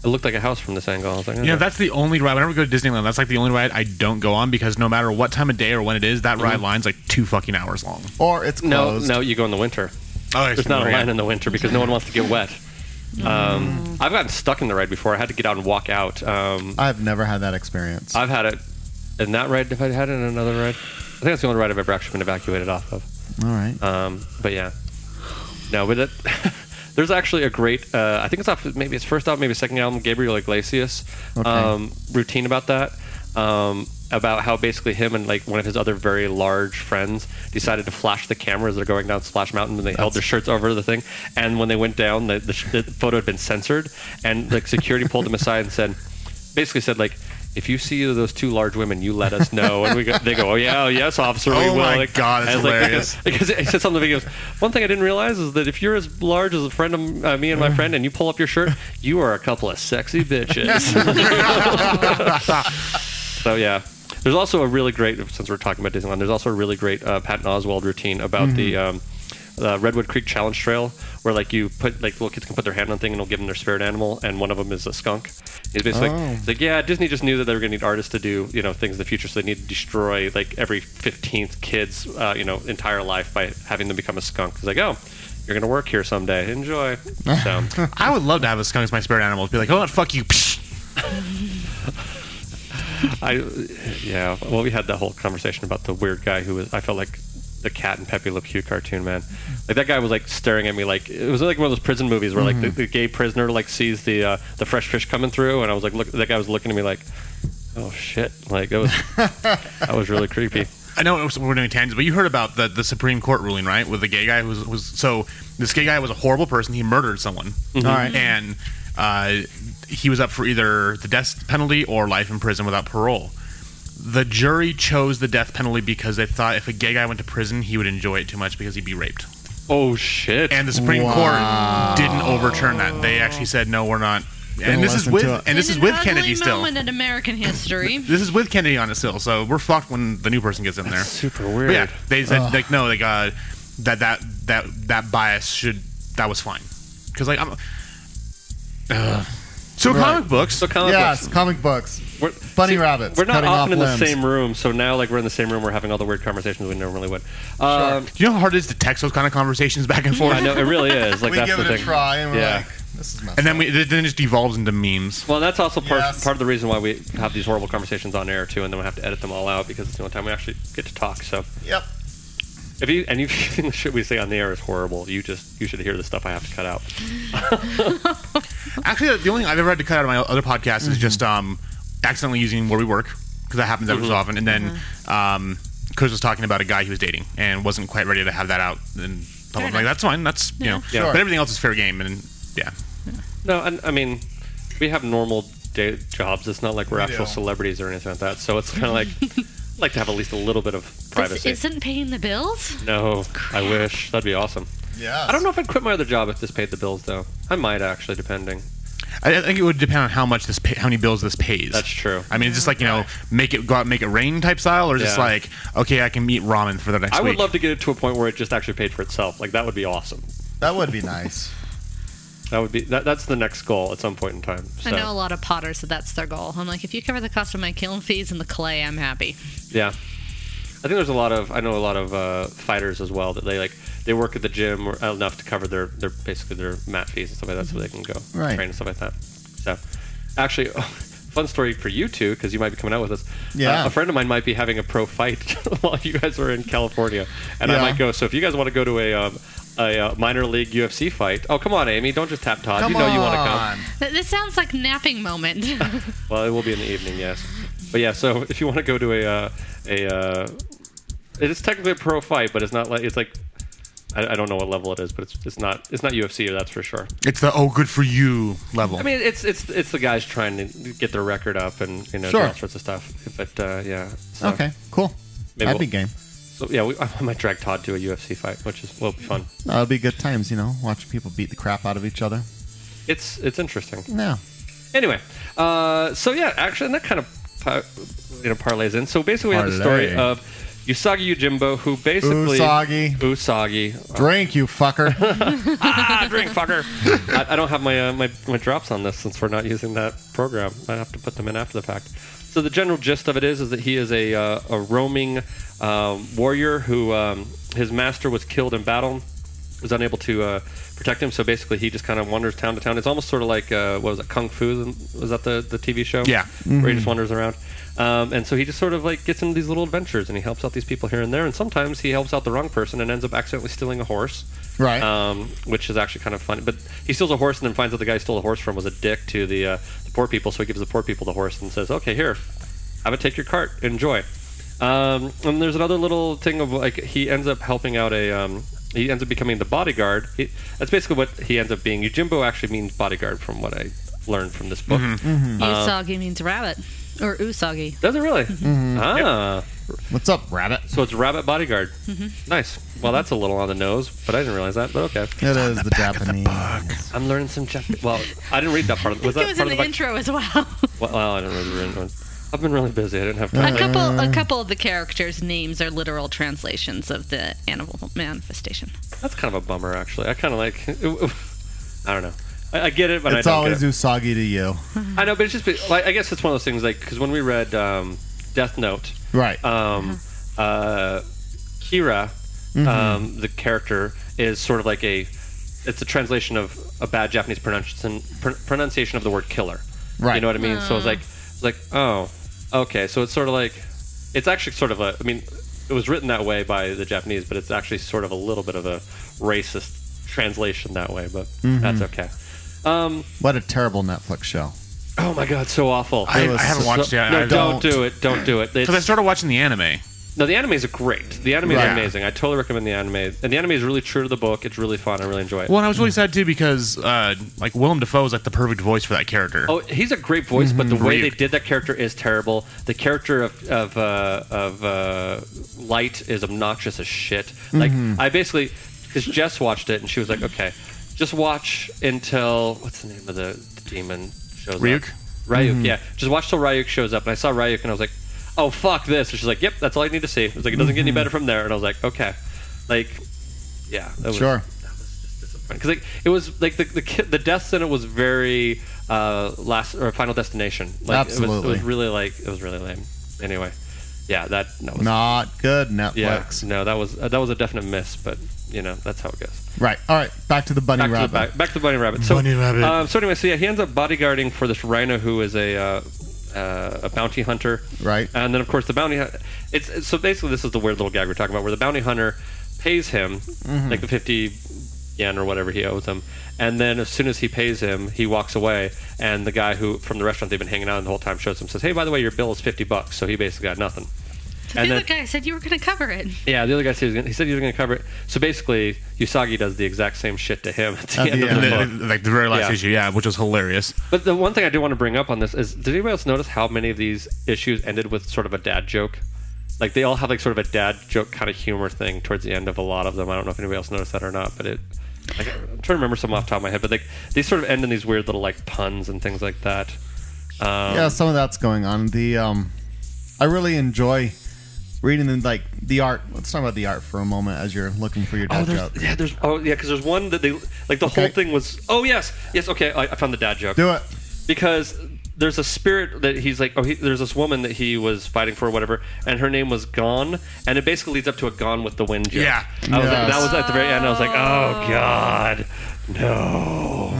Speaker 11: It looked like a house from this angle. I was like,
Speaker 8: You know, that's the only ride. Whenever we go to Disneyland, that's like the only ride I don't go on because no matter what time of day or when it is, that
Speaker 11: Mm-hmm.
Speaker 8: ride line's like two fucking hours long.
Speaker 10: Or it's
Speaker 11: no,
Speaker 8: closed.
Speaker 11: no. You go in the winter.
Speaker 8: Oh, I
Speaker 11: there's
Speaker 8: see.
Speaker 11: not a
Speaker 8: Yeah.
Speaker 11: line in the winter because no one wants to get wet. Um, I've gotten stuck in the ride before. I had to get out and walk out. Um,
Speaker 10: I've never had that experience.
Speaker 11: I've had it in that ride. If I had it in another ride, I think that's the only ride I've ever actually been evacuated off of.
Speaker 10: All right.
Speaker 11: Um, but yeah, no, but it, there's actually a great. Uh, I think it's off. Maybe it's first off, maybe second album, Gabriel Iglesias
Speaker 10: Okay.
Speaker 11: um, routine about that. Um, about how basically him and like one of his other very large friends decided to flash the camera as they're going down Splash Mountain, and they held their shirts over the thing. And when they went down, the, the, sh- the photo had been censored, and like security pulled them aside and said, basically said like. If you see those two large women, you let us know. And we go, they go, oh yeah, oh, yes, officer, we
Speaker 8: Oh
Speaker 11: will.
Speaker 8: my
Speaker 11: Like,
Speaker 8: God, it's
Speaker 11: and like,
Speaker 8: hilarious.
Speaker 11: because he said something. He goes, "One thing I didn't realize is that if you're as large as a friend of uh, me and
Speaker 8: Mm.
Speaker 11: my friend, and you pull up your shirt, you are a couple of sexy bitches." so yeah, there's also a really great. Since we're talking about Disneyland, there's also a really great uh, Patton Oswald routine about the. Um, uh, Redwood Creek Challenge Trail, where like you put like little kids can put their hand on a thing and it'll give them their spirit animal, and one of them is a skunk. He's basically
Speaker 10: Oh.
Speaker 11: like, it's like, yeah, Disney just knew that they were going to need artists to do you know things in the future, so they need to destroy like every fifteenth kid's uh, you know entire life by having them become a skunk. It's like, oh, you're going to work here someday. Enjoy. So
Speaker 8: I would love to have a skunk as my spirit animal. Be like, oh, fuck you.
Speaker 11: I, yeah. Well, we had that whole conversation about the weird guy who was. I felt like the cat and Pepe Le Pew cartoon man. Like that guy was like staring at me like it was like one of those prison movies where like the,
Speaker 10: Mhm.
Speaker 11: the gay prisoner like sees the uh, the fresh fish coming through, and I was like, look, that guy was looking at me like, oh shit, like that was that was really creepy.
Speaker 8: I know it was, we're doing tangents, but you heard about the, the Supreme Court ruling, right? With the gay guy who was, was so this gay guy was a horrible person. He murdered someone,
Speaker 10: Mhm. All right.
Speaker 8: and uh, he was up for either the death penalty or life in prison without parole. The jury chose the death penalty because they thought if a gay guy went to prison, he would enjoy it too much because he'd be raped.
Speaker 11: Oh shit!
Speaker 8: And the Supreme
Speaker 10: Wow.
Speaker 8: Court didn't overturn that. They actually said, "No, we're not." And
Speaker 10: Gonna
Speaker 8: this is
Speaker 10: listen
Speaker 8: with
Speaker 10: to it.
Speaker 8: and this
Speaker 9: In
Speaker 8: is
Speaker 9: an
Speaker 8: with
Speaker 9: ugly
Speaker 8: Kennedy still.
Speaker 9: moment in American history.
Speaker 8: This is with Kennedy on it still, so we're fucked when the new person gets in there.
Speaker 11: super
Speaker 9: weird.
Speaker 8: yeah, they said
Speaker 9: Ugh.
Speaker 8: like no, like uh, that that that that bias should that was fine because like I'm. Ugh. so
Speaker 10: Right.
Speaker 8: comic books.
Speaker 11: So comic
Speaker 10: yes,
Speaker 11: books.
Speaker 10: comic books.
Speaker 11: We're,
Speaker 10: Bunny rabbits.
Speaker 11: We're not
Speaker 10: cutting off
Speaker 11: often in the
Speaker 10: limbs.
Speaker 11: same room, so now like we're in the same room, we're having all the weird conversations we normally would. Um,
Speaker 8: Do you know how hard it is to text those kind of conversations back and forth?
Speaker 11: I know it really is. Like
Speaker 10: we
Speaker 11: that's
Speaker 10: give
Speaker 11: the
Speaker 10: it
Speaker 11: thing.
Speaker 10: a try, and we're
Speaker 11: yeah.
Speaker 10: like, this is messed
Speaker 8: And then we it then it just devolves into memes.
Speaker 11: Well, that's also part, part of the reason why we have these horrible conversations on air too, and then we have to edit them all out because it's the only time we actually get to talk. So,
Speaker 10: Yep.
Speaker 11: if you and you think the shit we say on the air is horrible, you just you should hear the stuff I have to cut out.
Speaker 8: Actually, the only thing I've ever had to cut out of my other podcast
Speaker 11: Mm-hmm.
Speaker 8: is just um, accidentally using where we work because that happens every so
Speaker 11: Mhm.
Speaker 8: often. And then um, Chris was talking about a guy he was dating and wasn't quite ready to have that out. And I'm like,
Speaker 11: enough.
Speaker 8: that's fine. That's you
Speaker 11: Yeah.
Speaker 8: know,
Speaker 11: Yeah.
Speaker 8: but everything else is fair game. And yeah,
Speaker 11: No, and I mean, we have normal day jobs. It's not like we're
Speaker 8: We
Speaker 11: actual
Speaker 8: do.
Speaker 11: celebrities or anything like that. So it's kind of like I'd like to have at least a little bit of
Speaker 9: This
Speaker 11: privacy.
Speaker 9: isn't paying the bills.
Speaker 11: no, I wish that'd be awesome.
Speaker 10: Yeah.
Speaker 11: I don't know if I'd quit my other job if this paid the bills, though. I might actually, depending.
Speaker 8: I I think it would depend on how much this, pay, how many bills this pays. That's
Speaker 11: true.
Speaker 8: I mean, it's just like you know, make it go out, and make it rain type style, or just
Speaker 11: Yeah.
Speaker 8: like okay, I can eat ramen for the next
Speaker 11: I would
Speaker 8: week.
Speaker 11: love to get it to a point where it just actually paid for itself. Like that would be awesome.
Speaker 10: That would be nice.
Speaker 11: That would be that, that's the next goal at some point in time. So,
Speaker 9: I know a lot of potters that that's their goal. I'm like, if you cover the cost of my kiln fees and the clay, I'm happy.
Speaker 11: yeah. I think there's a lot of I know a lot of uh, fighters as well that they like they work at the gym or- uh, enough to cover their their basically their mat fees and stuff like that so they can go
Speaker 10: Right.
Speaker 11: train and stuff like that. So actually fun story for you two because you might be coming out with us.
Speaker 10: Yeah.
Speaker 11: a friend of mine might be having a pro fight while you guys are in California and
Speaker 10: Yeah.
Speaker 11: I might go. So if you guys want to go to a um, a uh, minor league UFC fight. Oh, come on, Amy. Don't just tap Todd.
Speaker 10: Come
Speaker 11: you know you want to
Speaker 10: on.
Speaker 11: come.
Speaker 9: Th- This sounds like napping moment.
Speaker 11: Well, it will be in the evening, yes. But yeah, so if you want to go to a uh, a, uh, it is technically a pro fight, but it's not like it's like I, I don't know what level it is, but it's it's not it's not UFC, that's for sure.
Speaker 8: It's the oh good for you level.
Speaker 11: I mean, it's it's it's the guys trying to get their record up and you know do
Speaker 10: Sure.
Speaker 11: all sorts of stuff. But uh, yeah, so
Speaker 10: Okay, cool.
Speaker 11: maybe
Speaker 10: I'd
Speaker 11: we'll-
Speaker 10: be game.
Speaker 11: So yeah, we, I might drag Todd to a UFC fight, which is will be fun.
Speaker 10: No, it'd be good times, you know, watching people beat the crap out of each other.
Speaker 11: It's it's interesting.
Speaker 10: Yeah.
Speaker 11: Anyway, uh, so yeah, actually, and that kind of par- you know parlays in. So basically, we have the
Speaker 10: Parlay.
Speaker 11: story of Usagi Yujimbo, who basically
Speaker 10: Usagi.
Speaker 11: Usagi.
Speaker 10: Drink, you fucker.
Speaker 11: ah, drink, fucker.
Speaker 9: Mm-hmm.
Speaker 11: I, I don't have my, uh, my my drops on this since we're not using that program. I have to put them in after the fact. So the general gist of it is, is that he is a uh, a roaming um, warrior who um, his master was killed in battle, was unable to uh, protect him. So basically, he just kind of wanders town to town. It's almost sort of like uh, what was it, Kung Fu? Was that the the TV show?
Speaker 8: Yeah.
Speaker 11: where he
Speaker 8: Mhm.
Speaker 11: just wanders around. Um, and so he just sort of like gets into these little adventures, and he helps out these people here and there. And sometimes he helps out the wrong person and ends up accidentally stealing a horse,
Speaker 10: Right.
Speaker 11: Um, which is actually kind of funny. But he steals a horse and then finds out the guy he stole the horse from was a dick to the uh, the poor people. So he gives the poor people the horse and says, "Okay, here, have it. Take your cart. Enjoy." Um, and there's another little thing of like he ends up helping out a. Um, he ends up becoming the bodyguard. He, that's basically what he ends up being. Yojimbo actually means bodyguard, from what I learned from this book. Um,
Speaker 9: Usagi means rabbit, or Usagi.
Speaker 11: does it really?
Speaker 9: Mhm.
Speaker 11: Ah.
Speaker 10: What's up, rabbit?
Speaker 11: So it's rabbit bodyguard.
Speaker 9: Mhm.
Speaker 11: Nice. Well, that's a little on the nose, but I didn't realize that. But okay.
Speaker 10: It is the, Japanese.
Speaker 11: I'm learning some Japanese. Well, I didn't read that part. Of, was
Speaker 9: It
Speaker 11: that
Speaker 9: was in
Speaker 11: part
Speaker 9: the
Speaker 11: of the book?
Speaker 9: intro as well.
Speaker 11: Well, well, I didn't read the intro. I've been really busy. I didn't have time.
Speaker 9: a couple, a couple of the characters' names are literal translations of the animal manifestation.
Speaker 11: That's kind of a bummer, actually. I kind of like. I don't know. I, I get it, but
Speaker 10: it's
Speaker 11: I don't
Speaker 10: always
Speaker 11: get it.
Speaker 10: Usagi to you.
Speaker 11: I know, but it's just. be- Like, I guess it's one of those things. Like, because when we read um, Death Note,
Speaker 10: Right.
Speaker 11: um, uh, Kira,
Speaker 10: Mm-hmm.
Speaker 11: um, the character, is sort of like a. It's a translation of a bad Japanese pronunciation pr- pronunciation of the word killer.
Speaker 10: Right.
Speaker 11: You know what I mean? So it's like, it's like, oh, okay. So it's sort of like, it's actually sort of a. I mean, it was written that way by the Japanese, but it's actually sort of a little bit of a racist translation that way. But
Speaker 10: Mhm.
Speaker 11: that's okay. Um,
Speaker 10: What a terrible Netflix show.
Speaker 11: oh my god, so awful.
Speaker 10: I-
Speaker 11: It was
Speaker 10: I haven't
Speaker 11: so-
Speaker 10: watched it.
Speaker 11: No,
Speaker 10: I-
Speaker 11: don't,
Speaker 10: Don't.
Speaker 11: do it. Don't do it.
Speaker 8: Because I
Speaker 11: It's-
Speaker 8: started watching the anime.
Speaker 11: no, the animes are great. The anime
Speaker 8: Right.
Speaker 11: is amazing. I totally recommend the anime. And the anime is really true to the book. It's really fun. I really enjoy it.
Speaker 8: Well, and I was really sad too because uh, like Willem Dafoe is like the perfect voice for that character.
Speaker 11: oh, he's a great
Speaker 10: Mm-hmm.
Speaker 11: voice, but the
Speaker 8: Mhm.
Speaker 11: way they
Speaker 8: Reed.
Speaker 11: did that character is terrible. The character of of uh, of uh, Light is obnoxious as shit. Like
Speaker 10: Mhm.
Speaker 11: I basically because Jess watched it and she was like, okay, just watch until what's the name of the, the demon shows
Speaker 8: Ryuk?
Speaker 11: up. Ryuk,
Speaker 10: Mm-hmm.
Speaker 8: Mhm.
Speaker 11: yeah. Just watch till Ryuk shows up, and I saw Ryuk, and I was like, "Oh fuck this!" And she's like, "Yep, that's all I need to see." It was like, "It doesn't get any
Speaker 10: Mhm.
Speaker 11: better from there," and I was like, "Okay, like, yeah, that was,
Speaker 10: Sure.
Speaker 11: because like it was like the the, ki- the deaths in it was very uh last or Final Destination. Like, It was, it
Speaker 10: Absolutely.
Speaker 11: was really like it was really lame. Anyway, yeah, that no, was,
Speaker 10: Not good Netflix.
Speaker 11: yeah, no, that was uh, that was a definite miss, but you know that's how it goes.
Speaker 10: Right. All right. Back to the bunny
Speaker 11: Back to, the,
Speaker 10: rabbit.
Speaker 11: back, back to the bunny rabbit. So,
Speaker 10: Bunny rabbit.
Speaker 11: Um, so anyway, so yeah, he ends up bodyguarding for this rhino who is a uh, uh, a bounty hunter.
Speaker 10: Right.
Speaker 11: And then, of course, the bounty. hu- It's, it's so basically this is the weird little gag we're talking about, where the bounty hunter pays him
Speaker 10: Mhm.
Speaker 11: like the fifty yen or whatever he owes him, and then as soon as he pays him, he walks away, and the guy who from the restaurant they've been hanging out in the whole time shows him says, "Hey, by the way, your bill is fifty bucks," so he basically got nothing.
Speaker 9: The other guy said you were going to cover it.
Speaker 11: Yeah, the other guy said he, was gonna, he said he was going to cover it. So basically, Usagi does the exact same shit to him at the end of the book.
Speaker 8: like the very last
Speaker 11: Yeah.
Speaker 8: issue, yeah, which was hilarious.
Speaker 11: But the one thing I do want to bring up on this is, did anybody else notice how many of these issues ended with sort of a dad joke?
Speaker 5: Like they all have like sort of a dad joke kind of humor thing towards the end of a lot of them. I don't know if anybody else noticed that or not, but it. Like, I'm trying to remember some off the top of my head, but like they sort of end in these weird little like puns and things like that. Um,
Speaker 10: yeah, some of that's going on. The um, I really enjoy reading the, like the art. Let's talk about the art for a moment as you're looking for your
Speaker 5: Oh,
Speaker 10: dad
Speaker 5: there's,
Speaker 10: joke.
Speaker 5: yeah, there's oh yeah, because there's one that they like the whole thing was oh yes yes okay I, I found the dad joke.
Speaker 10: Do it.
Speaker 5: because there's a spirit that he's like oh he, there's this woman that he was fighting for or whatever and her name was Gone and it basically leads up to a Gone with the Wind joke.
Speaker 8: Yeah.
Speaker 5: I was like,
Speaker 8: Yes.
Speaker 5: that was at the very end. I was like oh god no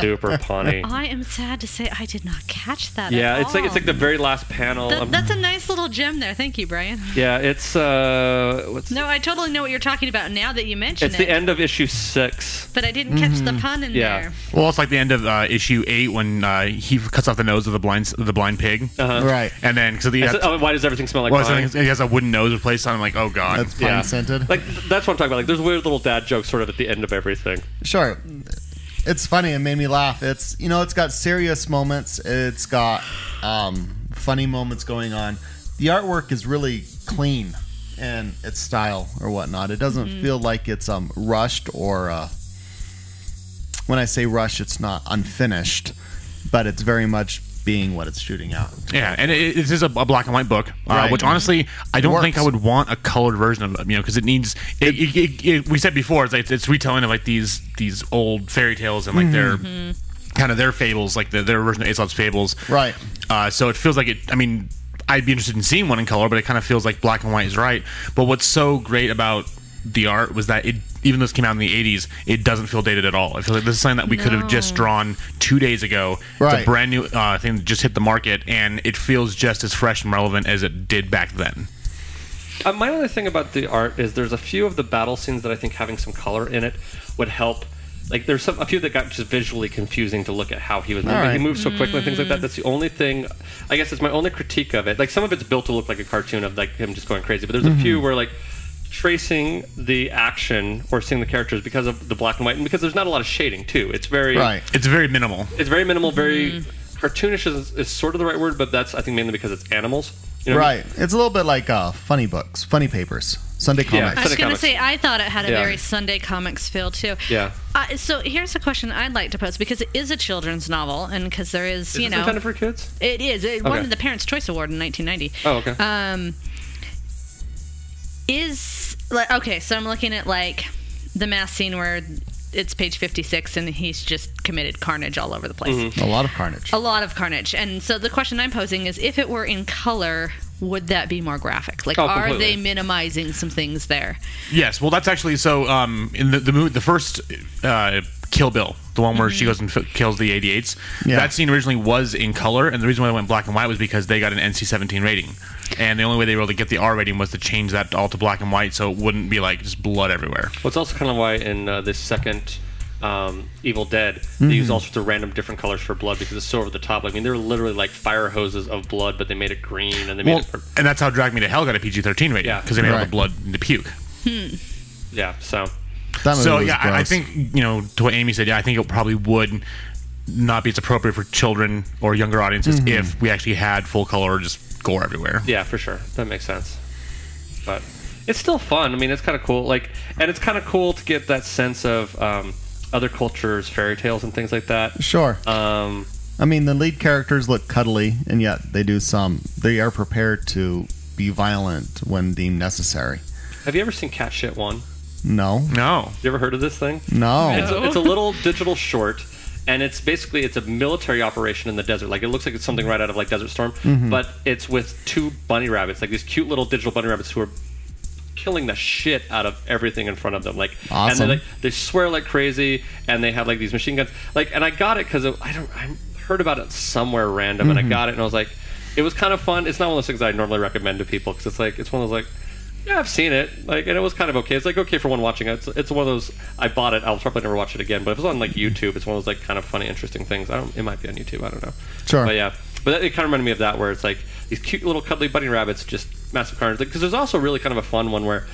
Speaker 5: super punny.
Speaker 9: I am sad to say I did not catch that.
Speaker 5: Yeah,
Speaker 9: at
Speaker 5: it's like it's
Speaker 9: all.
Speaker 5: like the very last panel.
Speaker 9: Th-
Speaker 5: Um,
Speaker 9: that's a nice little gem there. Thank you, Brian.
Speaker 5: yeah, it's uh what's
Speaker 9: No, I totally know what you're talking about now that you mention
Speaker 5: it's
Speaker 9: it.
Speaker 5: the end of issue six.
Speaker 9: But I didn't catch
Speaker 5: Mm-hmm.
Speaker 9: the pun in
Speaker 8: Yeah.
Speaker 9: there.
Speaker 8: Well, it's like the end of uh, issue eight when uh, he cuts off the nose of the blind the blind pig,
Speaker 5: Uh-huh. Right.
Speaker 8: And then because he
Speaker 5: And
Speaker 8: has,
Speaker 5: so- oh, why does everything smell like
Speaker 8: uh, well, so
Speaker 5: pine?
Speaker 8: he has a wooden nose replaced on him. Like, oh god, that's
Speaker 5: Yeah. Like that's what I'm talking about. Like there's weird little dad jokes sort of at the end of everything.
Speaker 10: Sure. It's funny. It made me laugh. It's you know, it's got serious moments. It's got um, funny moments going on. The artwork is really clean and its style or whatnot. It doesn't
Speaker 16: Mhm.
Speaker 10: feel like it's um, rushed or uh, when I say rushed, it's not unfinished, but it's very much being what it's shooting out.
Speaker 8: Yeah, and it, it is a, a black and white book, uh,
Speaker 10: Right.
Speaker 8: which honestly I don't
Speaker 10: Works.
Speaker 8: think I would want a colored version of. You know, because it needs. It, it, it, it- we said before, it's, like, it's retelling of like these these old fairy tales and like their
Speaker 17: Mhm.
Speaker 8: kind of their fables, like the, their version of Aesop's fables.
Speaker 10: Right.
Speaker 8: Uh, so it feels like it. I mean, I'd be interested in seeing one in color, but it kind of feels like black and white is right. But what's so great about the art was that it, even though this came out in the '80s, it doesn't feel dated at all. I feel like this is something that we could have just drawn two days ago. It's
Speaker 10: Right.
Speaker 8: a brand new uh, thing that just hit the market, and it feels just as fresh and relevant as it did back then.
Speaker 5: Uh, my only thing about the art is there's a few of the battle scenes that I think having some color in it would help. Like there's some a few that got just visually confusing to look at how he was
Speaker 11: All
Speaker 5: moving. He
Speaker 11: right.
Speaker 5: moves so quickly and things like that. That's the only thing. I guess it's my only critique of it. Like some of it's built to look like a cartoon of like him just going crazy, but there's a
Speaker 10: Mm-hmm.
Speaker 11: Mhm.
Speaker 5: few where like tracing the action or seeing the characters because of the black and white and because there's not a lot of shading too. It's very
Speaker 8: It's very minimal.
Speaker 5: it's very minimal, very cartoonish is, is sort of the right word, but that's I think mainly because it's animals. You know what I mean?
Speaker 10: Right. It's a little bit like uh, funny books, funny papers, Sunday
Speaker 5: Yeah,
Speaker 10: comics.
Speaker 9: I was going to say, I thought it had a
Speaker 10: Yeah.
Speaker 9: very Sunday comics feel, too.
Speaker 10: Yeah.
Speaker 9: Uh, so here's a question I'd like to pose because it is a children's novel, and because there is,
Speaker 5: Is
Speaker 9: you
Speaker 5: this
Speaker 9: know,
Speaker 5: intended for kids.
Speaker 9: It is. It
Speaker 5: Okay.
Speaker 9: won the Parents' Choice Award in 1990.
Speaker 5: Oh, okay.
Speaker 9: Um, is like okay. So I'm looking at like the mass scene where it's page 56, and he's just committed carnage all over the
Speaker 5: Mm-hmm.
Speaker 9: place.
Speaker 10: A lot of carnage.
Speaker 9: A lot of carnage. And so the question I'm posing is if it were in color, would that be more graphic? Like,
Speaker 8: Oh,
Speaker 9: are
Speaker 8: completely.
Speaker 9: they minimizing some things there?
Speaker 8: Yes, well, that's actually so. Um, in the the movie, the first uh, Kill Bill, the one where she goes and f- kills the 88s,
Speaker 10: Yeah.
Speaker 8: that scene originally was in color, and the reason why it went black and white was because they got an NC-17 rating, and the only way they were able to get the R rating was to change that all to black and white, so it wouldn't be like just blood everywhere.
Speaker 5: Well, it's also kind of why in uh, this second um, Evil Dead, they use all sorts of random different colors for blood because it's so over the top. I mean, they're literally like fire hoses of blood, but they made it green and they made
Speaker 8: Well,
Speaker 5: it. pur-
Speaker 8: and that's how Drag Me to Hell got a PG-13 rating
Speaker 5: Yeah.
Speaker 8: because they made all
Speaker 5: Right.
Speaker 8: the blood into puke.
Speaker 9: Hmm.
Speaker 5: Yeah, so.
Speaker 8: so yeah, I, I think you know to what Amy said. Yeah, I think it probably would not be as appropriate for children or younger audiences
Speaker 5: Mhm.
Speaker 8: if we actually had full color or just gore everywhere.
Speaker 5: Yeah, for sure. That makes sense. But it's still fun. I mean, it's kind of cool. Like, and it's kind of cool to get that sense of um, other cultures, fairy tales, and things like that.
Speaker 10: Sure.
Speaker 5: Um,
Speaker 10: I mean, the lead characters look cuddly, and yet they do some. They are prepared to be violent when deemed necessary.
Speaker 5: have you ever seen Cat Shit One?
Speaker 10: No.
Speaker 8: No.
Speaker 5: You ever heard of this thing?
Speaker 10: No.
Speaker 5: It's a, it's a little digital short, and it's basically it's a military operation in the desert. Like it looks like it's something right out of like Desert Storm,
Speaker 11: Mhm.
Speaker 5: but it's with two bunny rabbits, like these cute little digital bunny rabbits who are killing the shit out of everything in front of them. Like, and
Speaker 11: Awesome.
Speaker 5: they like, they swear like crazy, and they have like these machine guns. Like, and I got it because I don't I heard about it somewhere random, and
Speaker 11: Mhm.
Speaker 5: I got it, and I was like, it was kind of fun. It's not one of those things I normally recommend to people because it's like it's one of those like. Yeah, I've seen it. Like, and it was kind of okay. It's like okay for one watching. It's it's one of those. I bought it. I'll probably never watch it again. But if it was on like YouTube, it's one of those like kind of funny, interesting things. I don't. It might be on YouTube. I don't know.
Speaker 10: Sure.
Speaker 5: But yeah, but that, it kind of reminded me of that where it's like these cute little cuddly bunny rabbits, just massive carnage. Because there's also really kind of a fun one where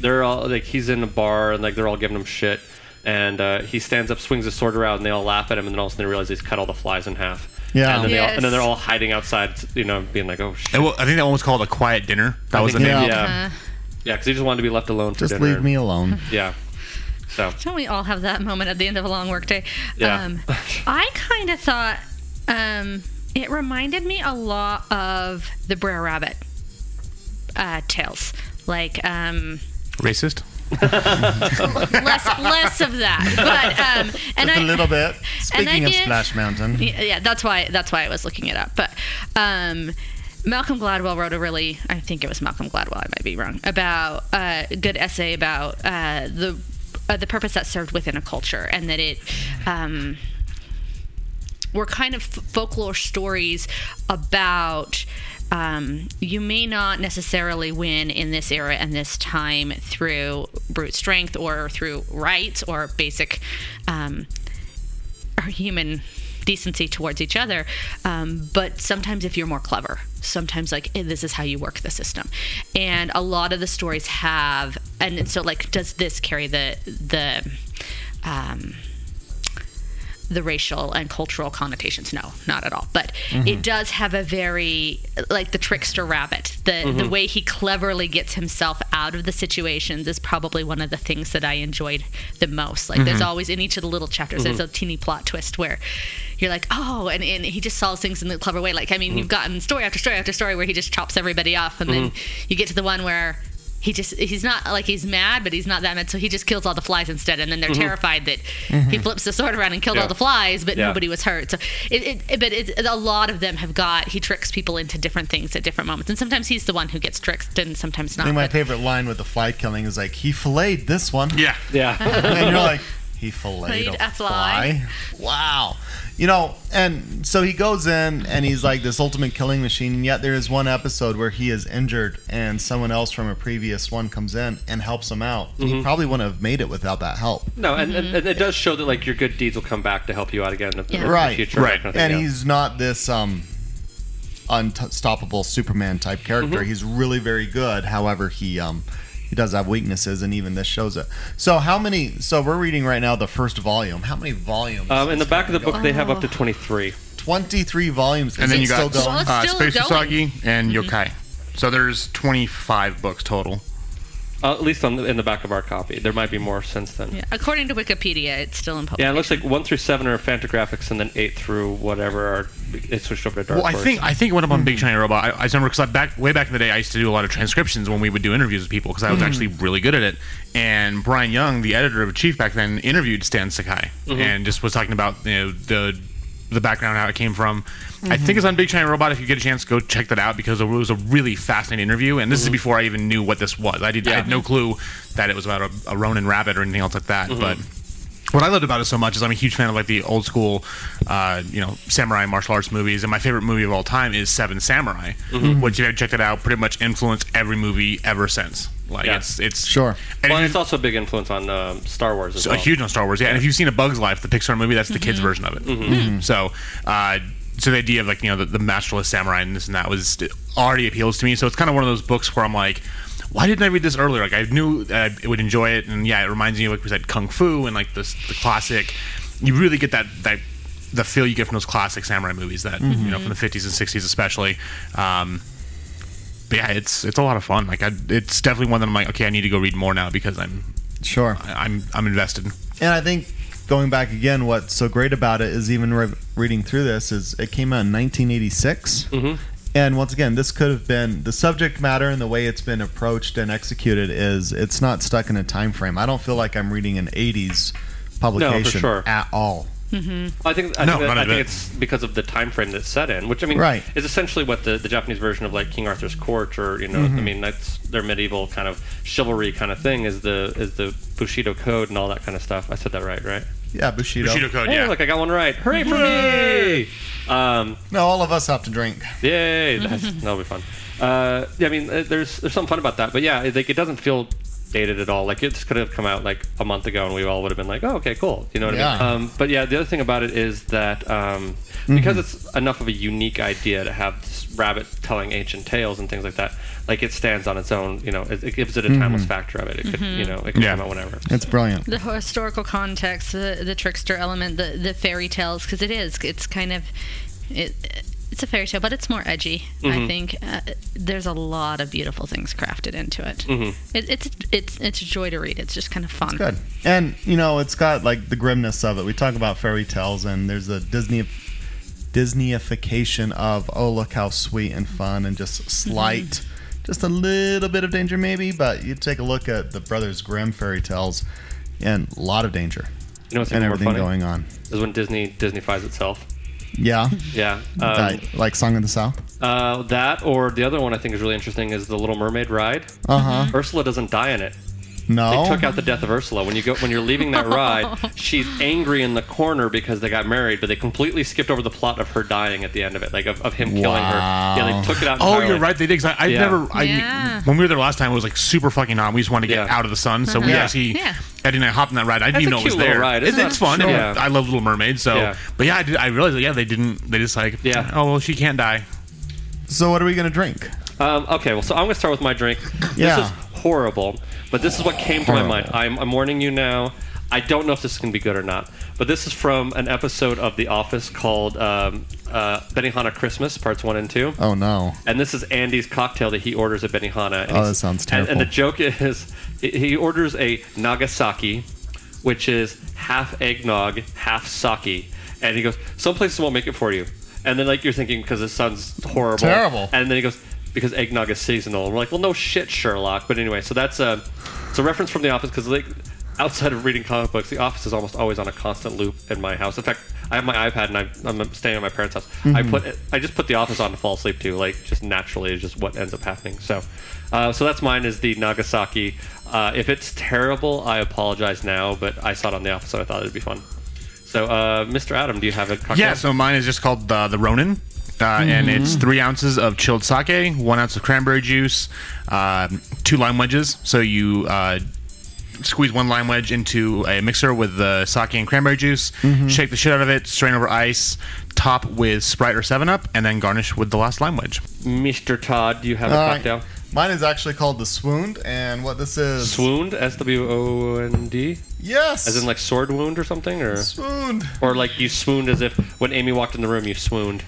Speaker 5: they're all like he's in a bar and like they're all giving him shit, and uh, he stands up, swings his sword around, and they all laugh at him, and then all of a sudden they realize he's cut all the flies in half.
Speaker 10: Yeah.
Speaker 5: and then, they all,
Speaker 10: Yes.
Speaker 5: and then they're all hiding outside, you know, being like, "Oh shit!"
Speaker 8: And well, I think that one was called a quiet dinner.
Speaker 5: I
Speaker 8: That was the
Speaker 5: think-
Speaker 8: name.
Speaker 5: Yeah, yeah, because he just wanted to be left alone for
Speaker 10: Oh. Just
Speaker 5: dinner.
Speaker 10: leave me alone.
Speaker 5: Yeah, so
Speaker 9: Don't we all have that moment at the end of a long workday?
Speaker 5: Yeah.
Speaker 9: Um, I kind of thought um, it reminded me a lot of the Brer Rabbit uh, tales, like um,
Speaker 8: Racist.
Speaker 9: less less of that. But um, and
Speaker 10: Just a
Speaker 9: I-
Speaker 10: little bit.
Speaker 9: and I
Speaker 10: Speaking of
Speaker 9: did-
Speaker 10: Splash Mountain,
Speaker 9: Yeah, yeah, that's why that's why I was looking it up. But um, Malcolm Gladwell wrote a really, I think it was Malcolm Gladwell, I might be wrong, about uh, a good essay about uh, the uh, the purpose that's served within a culture and that it. Um, were kind of f- folklore stories about um, you may not necessarily win in this era and this time through brute strength or through rights or basic um, or human decency towards each other. Um, but sometimes, if you're more clever, sometimes like eh, this is how you work the system, and a lot of the stories have. And so, like, does this carry the the um, the racial and cultural connotations? No, not at all. But it
Speaker 11: Mhm.
Speaker 9: does have a very like the trickster rabbit. The the
Speaker 11: Mhm.
Speaker 9: way he cleverly gets himself out of the situations is probably one of the things that I enjoyed the most. Like, there's
Speaker 11: Mhm.
Speaker 9: always in each of the little chapters, there's
Speaker 11: Mhm.
Speaker 9: a teeny plot twist where you're like, oh, and, and he just solves things in a clever way. Like, I mean,
Speaker 11: Mhm.
Speaker 9: you've gotten story after story after story where he just chops everybody off, and then
Speaker 11: Mhm.
Speaker 9: you get to the one where he just he's not like he's mad, but he's not that mad, so he just kills all the flies instead, and then they're
Speaker 11: Mhm.
Speaker 9: terrified that he
Speaker 11: Mhm.
Speaker 9: flips the sword around and killed
Speaker 11: Yeah.
Speaker 9: all the flies, but
Speaker 11: Yeah.
Speaker 9: nobody was hurt. So, it, it, it- but it, a lot of them have got he tricks people into different things at different moments, and sometimes he's the one who gets tricked, and sometimes
Speaker 10: I
Speaker 9: not.
Speaker 10: think my
Speaker 9: But-
Speaker 10: favorite line with the fly killing is like, "He filleted this one."
Speaker 8: Yeah,
Speaker 5: yeah.
Speaker 10: and you're like, "He filleted
Speaker 9: Filleted
Speaker 10: a,
Speaker 9: a fly."
Speaker 10: fly? Wow." You know, and so he goes in and he's like this ultimate killing machine. And yet there is one episode where he is injured, and someone else from a previous one comes in and helps him out.
Speaker 5: Mm-hmm.
Speaker 10: He probably wouldn't have made it without that help.
Speaker 5: no, and, and, and it does show that like your good deeds will come back to help you out again in the, in the
Speaker 10: right
Speaker 5: future. that kind of thing,
Speaker 10: and
Speaker 5: yeah.
Speaker 10: he's not this um unstoppable superman type character
Speaker 5: Mhm.
Speaker 10: he's really very good however he um he does have weaknesses and even this shows it so how many so we're reading right now the first volume how many volumes
Speaker 5: Um, in the back of the book, they have up to 23.
Speaker 10: 23 volumes
Speaker 8: And then you got
Speaker 10: still going?
Speaker 8: uh, Space Usagi and Yokai. So there's 25 books total.
Speaker 5: Uh, at least on the, in the back of our copy. There might be more since then.
Speaker 9: yeah. According to Wikipedia, it's still in public.
Speaker 5: Yeah, it looks like one through seven are Fantagraphics, and then eight through whatever are it switched over to Dark
Speaker 8: Well, I
Speaker 5: Horse.
Speaker 8: think I think it went up on Big Shiny Robot. I, I remember because I back way back in the day, I used to do a lot of transcriptions when we would do interviews with people because I was
Speaker 5: Mhm.
Speaker 8: actually really good at it. And Brian Young, the editor of Chief back then, interviewed Stan Sakai
Speaker 5: Mhm.
Speaker 8: and just was talking about you know, the the background, how it came from. I
Speaker 5: Mhm.
Speaker 8: think it's on Big Shiny Robot. If you get a chance, go check that out because it was a really fascinating interview. And this is
Speaker 5: Mhm.
Speaker 8: before I even knew what this was. I did I had
Speaker 5: Yeah.
Speaker 8: no clue that it was about a, a Ronin rabbit or anything else like that.
Speaker 5: Mhm.
Speaker 8: But what I loved about it so much is I'm a huge fan of like the old school, uh, you know, samurai martial arts movies, and my favorite movie of all time is Seven Samurai,
Speaker 5: Mhm.
Speaker 8: which if you haven't checked it out, pretty much influenced every movie ever since. Like
Speaker 5: Yeah.
Speaker 8: it's it's
Speaker 10: sure,
Speaker 8: and
Speaker 5: well, it's also a big influence on um, Star Wars as
Speaker 8: so
Speaker 5: well.
Speaker 8: a huge on Star Wars, yeah. And if you've seen A Bug's Life, the Pixar movie, that's the kids version of it. Mm-hmm.
Speaker 5: Mhm.
Speaker 8: So, uh, so the idea of like you know the, the masterless samurai and this and that was it already appeals to me. So it's kind of one of those books where I'm like. Why didn't I read this earlier? Like I knew I would enjoy it, and yeah, it reminds me of like we said, kung fu and like this the classic. You really get that that the feel you get from those classic samurai movies that you know
Speaker 5: Mhm.
Speaker 8: from the 50s and 60s especially. Um, but yeah, it's it's a lot of fun. Like I, it's definitely one that I'm like, okay, I need to go read more now because I'm
Speaker 10: sure
Speaker 8: I- I'm I'm invested.
Speaker 10: And I think going back again, what's so great about it is even re- reading through this is it came out in 1986.
Speaker 8: Mm-hmm.
Speaker 5: Mhm.
Speaker 10: And once again, this could have been the subject matter and the way it's been approached and executed is it's not stuck in a time frame. I don't feel like I'm reading an 80s publication
Speaker 5: sure.
Speaker 10: at all.
Speaker 5: I think I
Speaker 10: No,
Speaker 5: think, that-
Speaker 10: none
Speaker 5: I
Speaker 10: of
Speaker 5: think
Speaker 10: it.
Speaker 5: it's because of the time frame that's set in, which I mean
Speaker 10: Right.
Speaker 5: is essentially what the, the Japanese version of like King Arthur's court or you know I
Speaker 8: Mm-hmm.
Speaker 10: Mhm.
Speaker 5: mean that's their medieval kind of chivalry kind of thing is the is the Bushido code and all that kind of stuff. I said that right, right?
Speaker 10: Yeah, Bushido.
Speaker 5: Hey, Look, I got one right. Hooray for me!
Speaker 10: Hooray!
Speaker 5: Um,
Speaker 10: No, all of us have to drink.
Speaker 5: Yay! That's, that'll be fun. Uh, yeah, I mean, uh, there's there's some fun about that, but yeah, it, like it doesn't feel dated at all. Like it could have come out like a month ago, and we all would have been like, "Oh, okay, cool." You know what
Speaker 10: Yeah.
Speaker 5: I mean? Um, but yeah, the other thing about it is that um, because it's enough of a unique idea to have this rabbit telling ancient tales and things like that, like it stands on its own. You know, it, it gives it a timeless
Speaker 10: Mhm.
Speaker 5: factor of it. It could,
Speaker 9: Mhm.
Speaker 5: you know, it could come out whenever.
Speaker 10: It's brilliant.
Speaker 9: the historical context, the, the trickster element, the, the fairy tales, because it is. It's kind of It, it's a fairy tale, but it's more edgy. I
Speaker 5: Mhm.
Speaker 9: think uh, there's a lot of beautiful things crafted into it.
Speaker 10: Mhm.
Speaker 5: Mm-hmm.
Speaker 9: it. It's it's it's a joy to read. It's just kind of fun.
Speaker 10: Good. And you know, it's got like the grimness of it. We talk about fairy tales, and there's a Disney Disneyification of oh look how sweet and fun, and just slight,
Speaker 5: Mm-hmm.
Speaker 10: just a little bit of danger maybe. But you take a look at the Brothers Grimm fairy tales, and a lot of danger.
Speaker 5: You know what's even
Speaker 10: and everything
Speaker 5: more funny?
Speaker 10: going on.
Speaker 5: Is when Disney Disneyfies itself.
Speaker 10: Yeah.
Speaker 5: Yeah. Um,
Speaker 10: like, like Song of the South.
Speaker 5: Uh, that or the other one I think is really interesting is the Little Mermaid ride.
Speaker 10: Uh-huh.
Speaker 5: Ursula doesn't die in it.
Speaker 10: No.
Speaker 8: Oh,
Speaker 5: They took out the death of Ursula. When you go when you're leaving that ride, she's angry in the corner because they got married, but they completely skipped over the plot of her dying at the end of it, like of, of him killing her. Yeah, they took it out.
Speaker 8: Oh,
Speaker 5: entirely.
Speaker 8: you're right. They did. 'cause I, I
Speaker 5: Yeah.
Speaker 8: never. I,
Speaker 5: Yeah.
Speaker 8: When we were there last time, it was like super fucking hot. We just wanted to get out of the sun, so we
Speaker 5: Yeah.
Speaker 8: actually.
Speaker 5: Yeah.
Speaker 8: Eddie and I hopped on that ride. I didn't
Speaker 5: That's
Speaker 8: even
Speaker 5: a
Speaker 8: know it was
Speaker 5: cute little
Speaker 8: there.
Speaker 5: ride.
Speaker 8: It's,
Speaker 5: It's
Speaker 8: it's
Speaker 5: not-
Speaker 8: fun. and
Speaker 5: Yeah.
Speaker 8: I love Little Mermaid. So,
Speaker 5: Yeah.
Speaker 8: but yeah, I, did, I realized. that, Yeah, they didn't. They just like. Yeah. Oh well, she can't die.
Speaker 10: So what are we gonna drink?
Speaker 5: Um, okay, well, so I'm gonna start with my drink.
Speaker 10: Yeah.
Speaker 5: This is horrible, but this is what came to my mind. I'm, I'm warning you now. I don't know if this is gonna be good or not, but this is from an episode of The Office called um, uh, Benihana Christmas, parts one and two.
Speaker 10: Oh no.
Speaker 5: And this is Andy's cocktail that he orders at Benihana. And
Speaker 10: Oh,
Speaker 5: he's-
Speaker 10: that sounds
Speaker 5: and- And,
Speaker 10: terrible.
Speaker 5: the joke is, he- he orders a Nagasaki, which is half eggnog, half sake. And he goes, some places won't make it for you. And then like you're thinking because it sounds horrible,
Speaker 10: Terrible.
Speaker 5: And then he goes because eggnog is seasonal. And we're like, well, no shit, Sherlock. But anyway, so that's a it's a reference from The Office because like outside of reading comic books, The Office is almost always on a constant loop in my house. In fact, I have my iPad and I'm, I'm staying at my parents' house. I
Speaker 10: Mhm.
Speaker 5: put it- I just put The Office on to fall asleep to, like just naturally is just what ends up happening. So, uh, so that's mine is the Nagasaki. Uh, if it's terrible, I apologize now, but I saw it on The Office, so I thought it'd be fun. So, uh, Mr. Adam, do you have a cocktail?
Speaker 8: Yeah, so mine is just called uh, the Ronin. Uh, And
Speaker 5: Mhm.
Speaker 10: Mm-hmm.
Speaker 8: it's three ounces of chilled sake, one ounce of cranberry juice, um, two lime wedges. So you uh, squeeze one lime wedge into a mixer with the sake and cranberry juice,
Speaker 10: Mhm.
Speaker 8: shake the shit out of it, strain over ice, top with Sprite or 7 Up, and then garnish with the last lime wedge.
Speaker 5: Mr. Todd, do you have a
Speaker 10: All right.
Speaker 5: cocktail?
Speaker 10: Mine is actually called the Swooned, and what this is.
Speaker 5: Swooned, S W O N D.
Speaker 10: Yes.
Speaker 5: As in like sword wound or something, or
Speaker 10: Swooned.
Speaker 5: or like you swooned as if when Amy walked in the room, you swooned.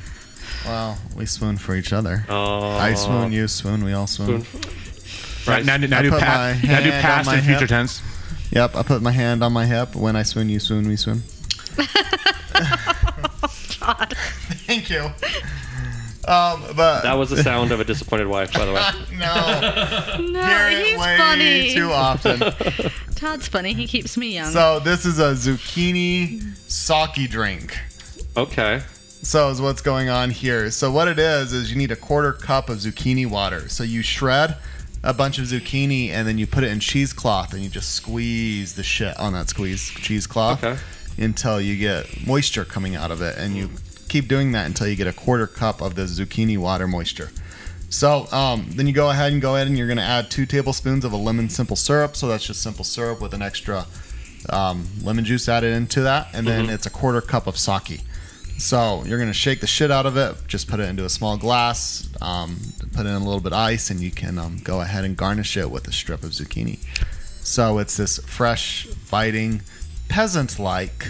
Speaker 10: Wow. We swoon for each other.
Speaker 5: Oh.
Speaker 10: I swoon, you swoon, we all swoon.
Speaker 5: Swoon. Right.
Speaker 8: Now- now- now
Speaker 10: I
Speaker 8: do
Speaker 10: put
Speaker 8: pa-
Speaker 10: my
Speaker 8: now do
Speaker 10: hand
Speaker 8: past
Speaker 10: on my
Speaker 8: and future
Speaker 10: hip.
Speaker 8: tense.
Speaker 10: Yep, I put my hand on my hip. When I swoon, you swoon, we swoon. Thank you. Um, but
Speaker 5: that was the sound of a disappointed wife, by the way.
Speaker 9: No, he's
Speaker 10: way
Speaker 9: funny.
Speaker 10: too often.
Speaker 9: Todd's funny. He keeps me young.
Speaker 10: So this is a zucchini sake drink.
Speaker 5: Okay.
Speaker 10: So is what's going on here. So what it is is you need a quarter cup of zucchini water. So you shred a bunch of zucchini and then you put it in cheesecloth and you just squeeze the shit on that squeeze cheesecloth until you get moisture coming out of it and you keep doing that until you get a quarter cup of the zucchini water moisture. So um, then you go ahead and go in and you're going to add two tablespoons of a lemon simple syrup. So that's just simple syrup with an extra um, lemon juice added into that, and then
Speaker 5: Mhm.
Speaker 10: it's a quarter cup of sake. So you're gonna shake the shit out of it. Just put it into a small glass. Um, put in a little bit of ice, and you can um, go ahead and garnish it with a strip of zucchini. So it's this fresh, biting, peasant-like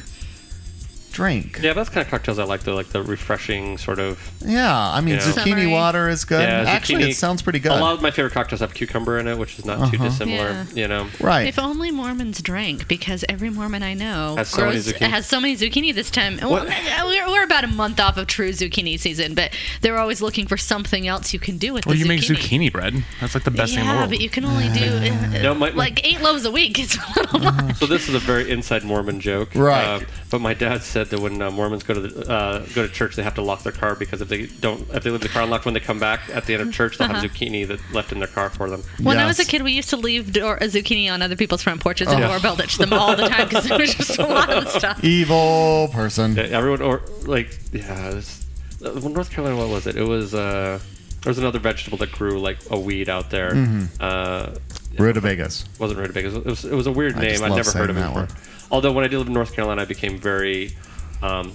Speaker 10: drink.
Speaker 5: Yeah, that's the kind of cocktails I like. though, like the refreshing sort of.
Speaker 10: Yeah, I mean
Speaker 5: you know.
Speaker 10: zucchini water is good.
Speaker 5: Yeah,
Speaker 10: Actually,
Speaker 5: zucchini-
Speaker 10: it sounds pretty good.
Speaker 5: A lot of my favorite cocktails have cucumber in it, which is not too
Speaker 10: Uh-huh.
Speaker 5: dissimilar. You know,
Speaker 9: If only Mormons drank, because every Mormon I know
Speaker 5: Has so many
Speaker 9: grows-
Speaker 5: zucchini.
Speaker 9: has so many zucchini this time. Well,
Speaker 5: What-
Speaker 9: We're, we're about a month off of true zucchini season, but they're always looking for something else you can do with
Speaker 8: Well,
Speaker 9: the
Speaker 8: you
Speaker 9: zucchini.
Speaker 8: make zucchini bread. That's like the best
Speaker 9: yeah,
Speaker 8: thing in the world.
Speaker 9: but you can only do uh,
Speaker 5: No, my- my-
Speaker 9: like eight loaves a week. It's a little much.
Speaker 5: so this is a very inside Mormon joke,
Speaker 10: Right.
Speaker 5: Uh, but my dad said that when uh, Mormons go to the, uh, go to church, they have to lock their car because if they don't, if they leave the car unlocked when they come back at the end of church, they'll
Speaker 9: Uh-huh.
Speaker 5: have zucchini that left in their car for them.
Speaker 9: When I was a kid, we used to leave door, zucchini on other people's front porches and
Speaker 5: Oh.
Speaker 9: doorbell ditch them all the time because there was just a lot of stuff.
Speaker 10: Evil person.
Speaker 5: Uh, everyone or like yeah, this, uh, North Carolina. What was it? It was uh, there was another vegetable that grew like a weed out there.
Speaker 10: Mhm.
Speaker 5: Uh,
Speaker 10: Rutabagas.
Speaker 5: wasn't rutabagas. It was, it was a weird
Speaker 10: I
Speaker 5: name.
Speaker 10: just
Speaker 5: I'd
Speaker 10: love
Speaker 5: never heard
Speaker 10: saying
Speaker 5: of it
Speaker 10: that
Speaker 5: before.
Speaker 10: one.
Speaker 5: Although when I did live in North Carolina, I became very um,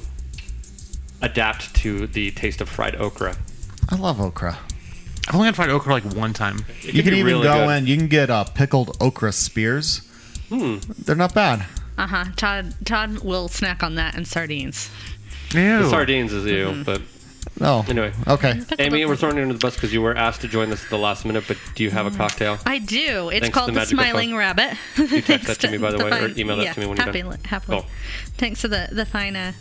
Speaker 5: adapt to the taste of fried okra.
Speaker 10: I love okra.
Speaker 8: I've only had fried okra like one time.
Speaker 5: It
Speaker 10: you
Speaker 5: could
Speaker 10: can
Speaker 5: be
Speaker 10: even
Speaker 5: really
Speaker 10: go
Speaker 5: good.
Speaker 10: in. You can get uh, pickled okra spears.
Speaker 5: Hmm.
Speaker 10: They're not bad.
Speaker 9: Uh huh. Todd Todd will snack on that and sardines.
Speaker 8: Ew.
Speaker 5: The sardines is you, but
Speaker 10: No.
Speaker 5: Anyway.
Speaker 10: Okay.
Speaker 5: Amy, we're throwing you under the bus because you were asked to join this at the last minute, but do you have a cocktail?
Speaker 9: I do. It's
Speaker 5: Thanks to
Speaker 9: called
Speaker 5: the
Speaker 9: the,
Speaker 5: magical
Speaker 9: Smiling
Speaker 5: phone.
Speaker 9: Rabbit.
Speaker 5: You text
Speaker 9: Thanks
Speaker 5: that to me, by the way, or
Speaker 9: fine-
Speaker 5: email that
Speaker 9: yeah,
Speaker 5: to me when you're
Speaker 9: happily,
Speaker 5: done.
Speaker 9: Happily.
Speaker 5: Cool.
Speaker 9: Thanks to the the fine. Uh,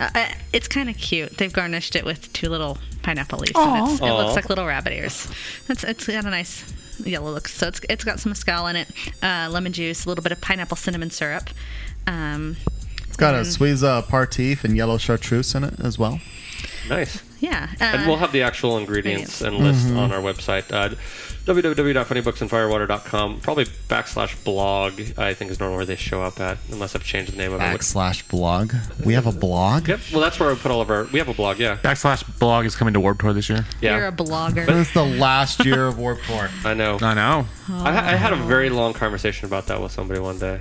Speaker 9: uh, uh, it's kind of cute. They've garnished it with two little pineapple leaves.
Speaker 18: Aw.
Speaker 9: and it's- It
Speaker 18: Aw.
Speaker 9: looks like little rabbit ears. It's it's got a nice yellow look. So it's it's got some mezcal in it, uh, lemon juice, a little bit of pineapple cinnamon syrup. Um,
Speaker 10: It's got a
Speaker 5: Mm.
Speaker 9: and-
Speaker 10: Suiza partif and yellow chartreuse in it as well.
Speaker 5: Nice.
Speaker 9: Yeah. Uh,
Speaker 5: and we'll have the actual ingredients and list
Speaker 10: ingredients. Mhm.
Speaker 5: on our website. Uh, www.funnybooksandfirewater.com. Probably backslash blog, I think, is normally where they show up at, unless I've changed the name of it.
Speaker 10: Backslash blog. We have a blog.
Speaker 5: Yep. Well, that's where I put all of our. We have a blog, yeah.
Speaker 8: Backslash blog is coming to Warp Tour this year.
Speaker 5: Yeah.
Speaker 9: You're a blogger.
Speaker 10: This is the last year of Warp Tour.
Speaker 5: I know.
Speaker 8: I know.
Speaker 5: I, I had a very long conversation about that with somebody one day.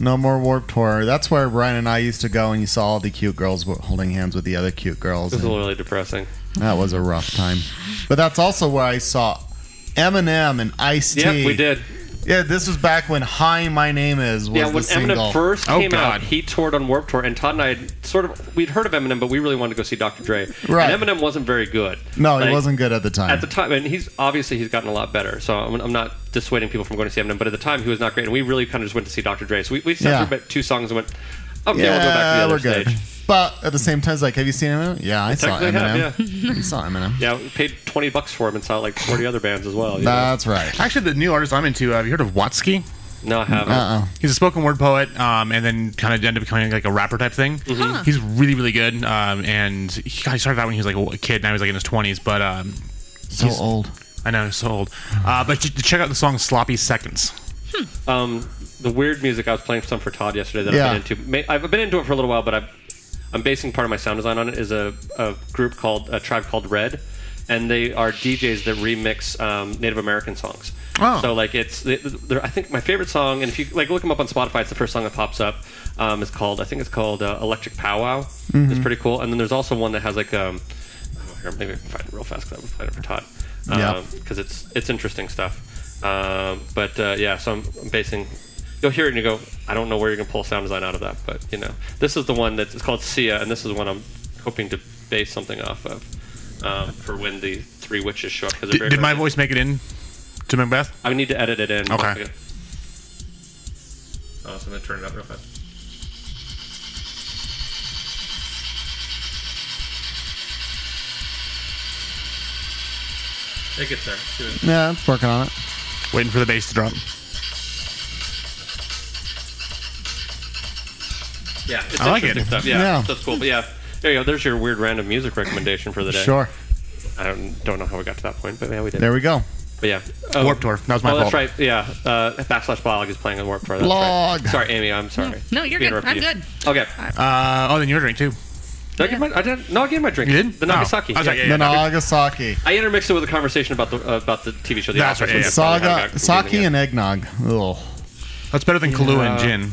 Speaker 10: No more Warp Tour. That's where Brian and I used to go, and you saw all the cute girls w- holding hands with the other cute
Speaker 5: It
Speaker 10: girls.
Speaker 5: was
Speaker 10: and
Speaker 5: really depressing.
Speaker 10: that was a rough time. But that's also where I saw Eminem and Ice T.
Speaker 5: Yep, we did.
Speaker 10: Yeah, this was back when "Hi, My Name Is" was
Speaker 5: yeah, when
Speaker 10: the single. Oh,
Speaker 5: Eminem first came out, he toured on Warp Tour, and Todd and I had sort of we'd heard of Eminem, but we really wanted to go see Dr. Dre.
Speaker 10: Right.
Speaker 5: And Eminem wasn't very good.
Speaker 10: No,
Speaker 5: Like,
Speaker 10: it wasn't good at the time.
Speaker 5: At the time, and he's obviously he's gotten a lot better. So I'm, I'm not dissuading people from going to see Eminem, but at the time he was not great, and we really kind of just went to see Dr. Dre. So we, we sat
Speaker 10: Yeah.
Speaker 5: through about two songs and went, okay, we'll go back to the other
Speaker 10: we're good.
Speaker 5: stage.
Speaker 10: But at the same time, it's like, have you seen Eminem? Yeah, I saw
Speaker 5: Technically have,
Speaker 10: Eminem.
Speaker 5: yeah.
Speaker 10: I saw Eminem.
Speaker 5: Yeah, we paid twenty bucks for him and saw like forty other bands as well. you know?
Speaker 10: That's right.
Speaker 8: Actually, the new artist I'm into, uh, have you heard of Watsky?
Speaker 5: No, I haven't. Uh-uh.
Speaker 8: He's a spoken word poet, um, and then kind of ended up becoming like a rapper type thing.
Speaker 5: Mhm. Huh.
Speaker 8: He's really, really good. Um, and he, God, he started out when he was like a kid, now he's like in his 20s, but. Um,
Speaker 10: So
Speaker 8: he's-
Speaker 10: old.
Speaker 8: I know, so old. Uh, but ch- check out the song Sloppy Seconds.
Speaker 5: Um, the weird music I was playing some for Todd yesterday that
Speaker 8: Yeah.
Speaker 5: I've been into. ma- I've been into it for a little while, but I've, I'm basing part of my sound design on it. Is a, a group called a tribe called Red, and they are DJs that remix um, Native American songs.
Speaker 8: Oh.
Speaker 5: So like it's they- they're, I think my favorite song, and if you like look them up on Spotify, it's the first song that pops up. Um, it's called I think it's called uh, Electric Powwow. It's
Speaker 10: Mhm.
Speaker 5: pretty cool. And then there's also one that has like um, oh, here, maybe I can find it real fast because I was playing it for Todd.
Speaker 10: Yeah.
Speaker 5: Um, because it's it's interesting stuff. Um, but uh, yeah, so I'm, I'm basing. You'll hear it and you go, I don't know where you're gonna pull sound design out of that, but you know, this is the one that's it's called Sia, and this is the one I'm hoping to base something off of um, for when the three witches show up. 'cause they're
Speaker 8: Did,
Speaker 5: very
Speaker 8: did my
Speaker 5: early.
Speaker 8: voice make it in to Macbeth?
Speaker 5: I need to edit it in.
Speaker 8: Okay.
Speaker 5: Oh, so I'm gonna turn it up real fast. It gets there. Do it.
Speaker 10: Yeah, it's working on it.
Speaker 8: Waiting for the bass to drop.
Speaker 5: Yeah, it's
Speaker 8: I like
Speaker 5: interesting
Speaker 8: it.
Speaker 5: Stuff. Yeah,
Speaker 8: Yeah.
Speaker 5: that's cool. But yeah, there you go. There's your weird random music recommendation for the day.
Speaker 10: Sure.
Speaker 5: I don't, don't know how we got to that point, but yeah, we did.
Speaker 10: There we go.
Speaker 5: But yeah,
Speaker 8: Warped Tour. That was my
Speaker 5: oh,
Speaker 8: fault.
Speaker 5: That's right. Yeah, uh, backslash blog is playing on Warped Tour. That's
Speaker 8: Blog.
Speaker 5: Right. Sorry, Amy. I'm sorry.
Speaker 9: Oh, No, you're
Speaker 5: We
Speaker 9: good.
Speaker 5: interrupted
Speaker 9: I'm
Speaker 5: you.
Speaker 9: good.
Speaker 5: Okay.
Speaker 8: Uh, oh, then your drink too.
Speaker 5: Did I, get my, I did, no, I gave my drink.
Speaker 8: You did?
Speaker 5: The
Speaker 8: No.
Speaker 5: Nagasaki.
Speaker 8: I was like, yeah, yeah,
Speaker 10: the
Speaker 8: yeah.
Speaker 10: Nagasaki.
Speaker 5: I intermixed it with a conversation about the uh, about the TV show. The
Speaker 8: That's
Speaker 5: Office,
Speaker 8: right, yeah,
Speaker 5: which
Speaker 8: yeah.
Speaker 5: is probably how I got
Speaker 10: Saga, sake
Speaker 5: confusing
Speaker 10: and eggnog. Ugh.
Speaker 8: That's better than Kahlua and gin.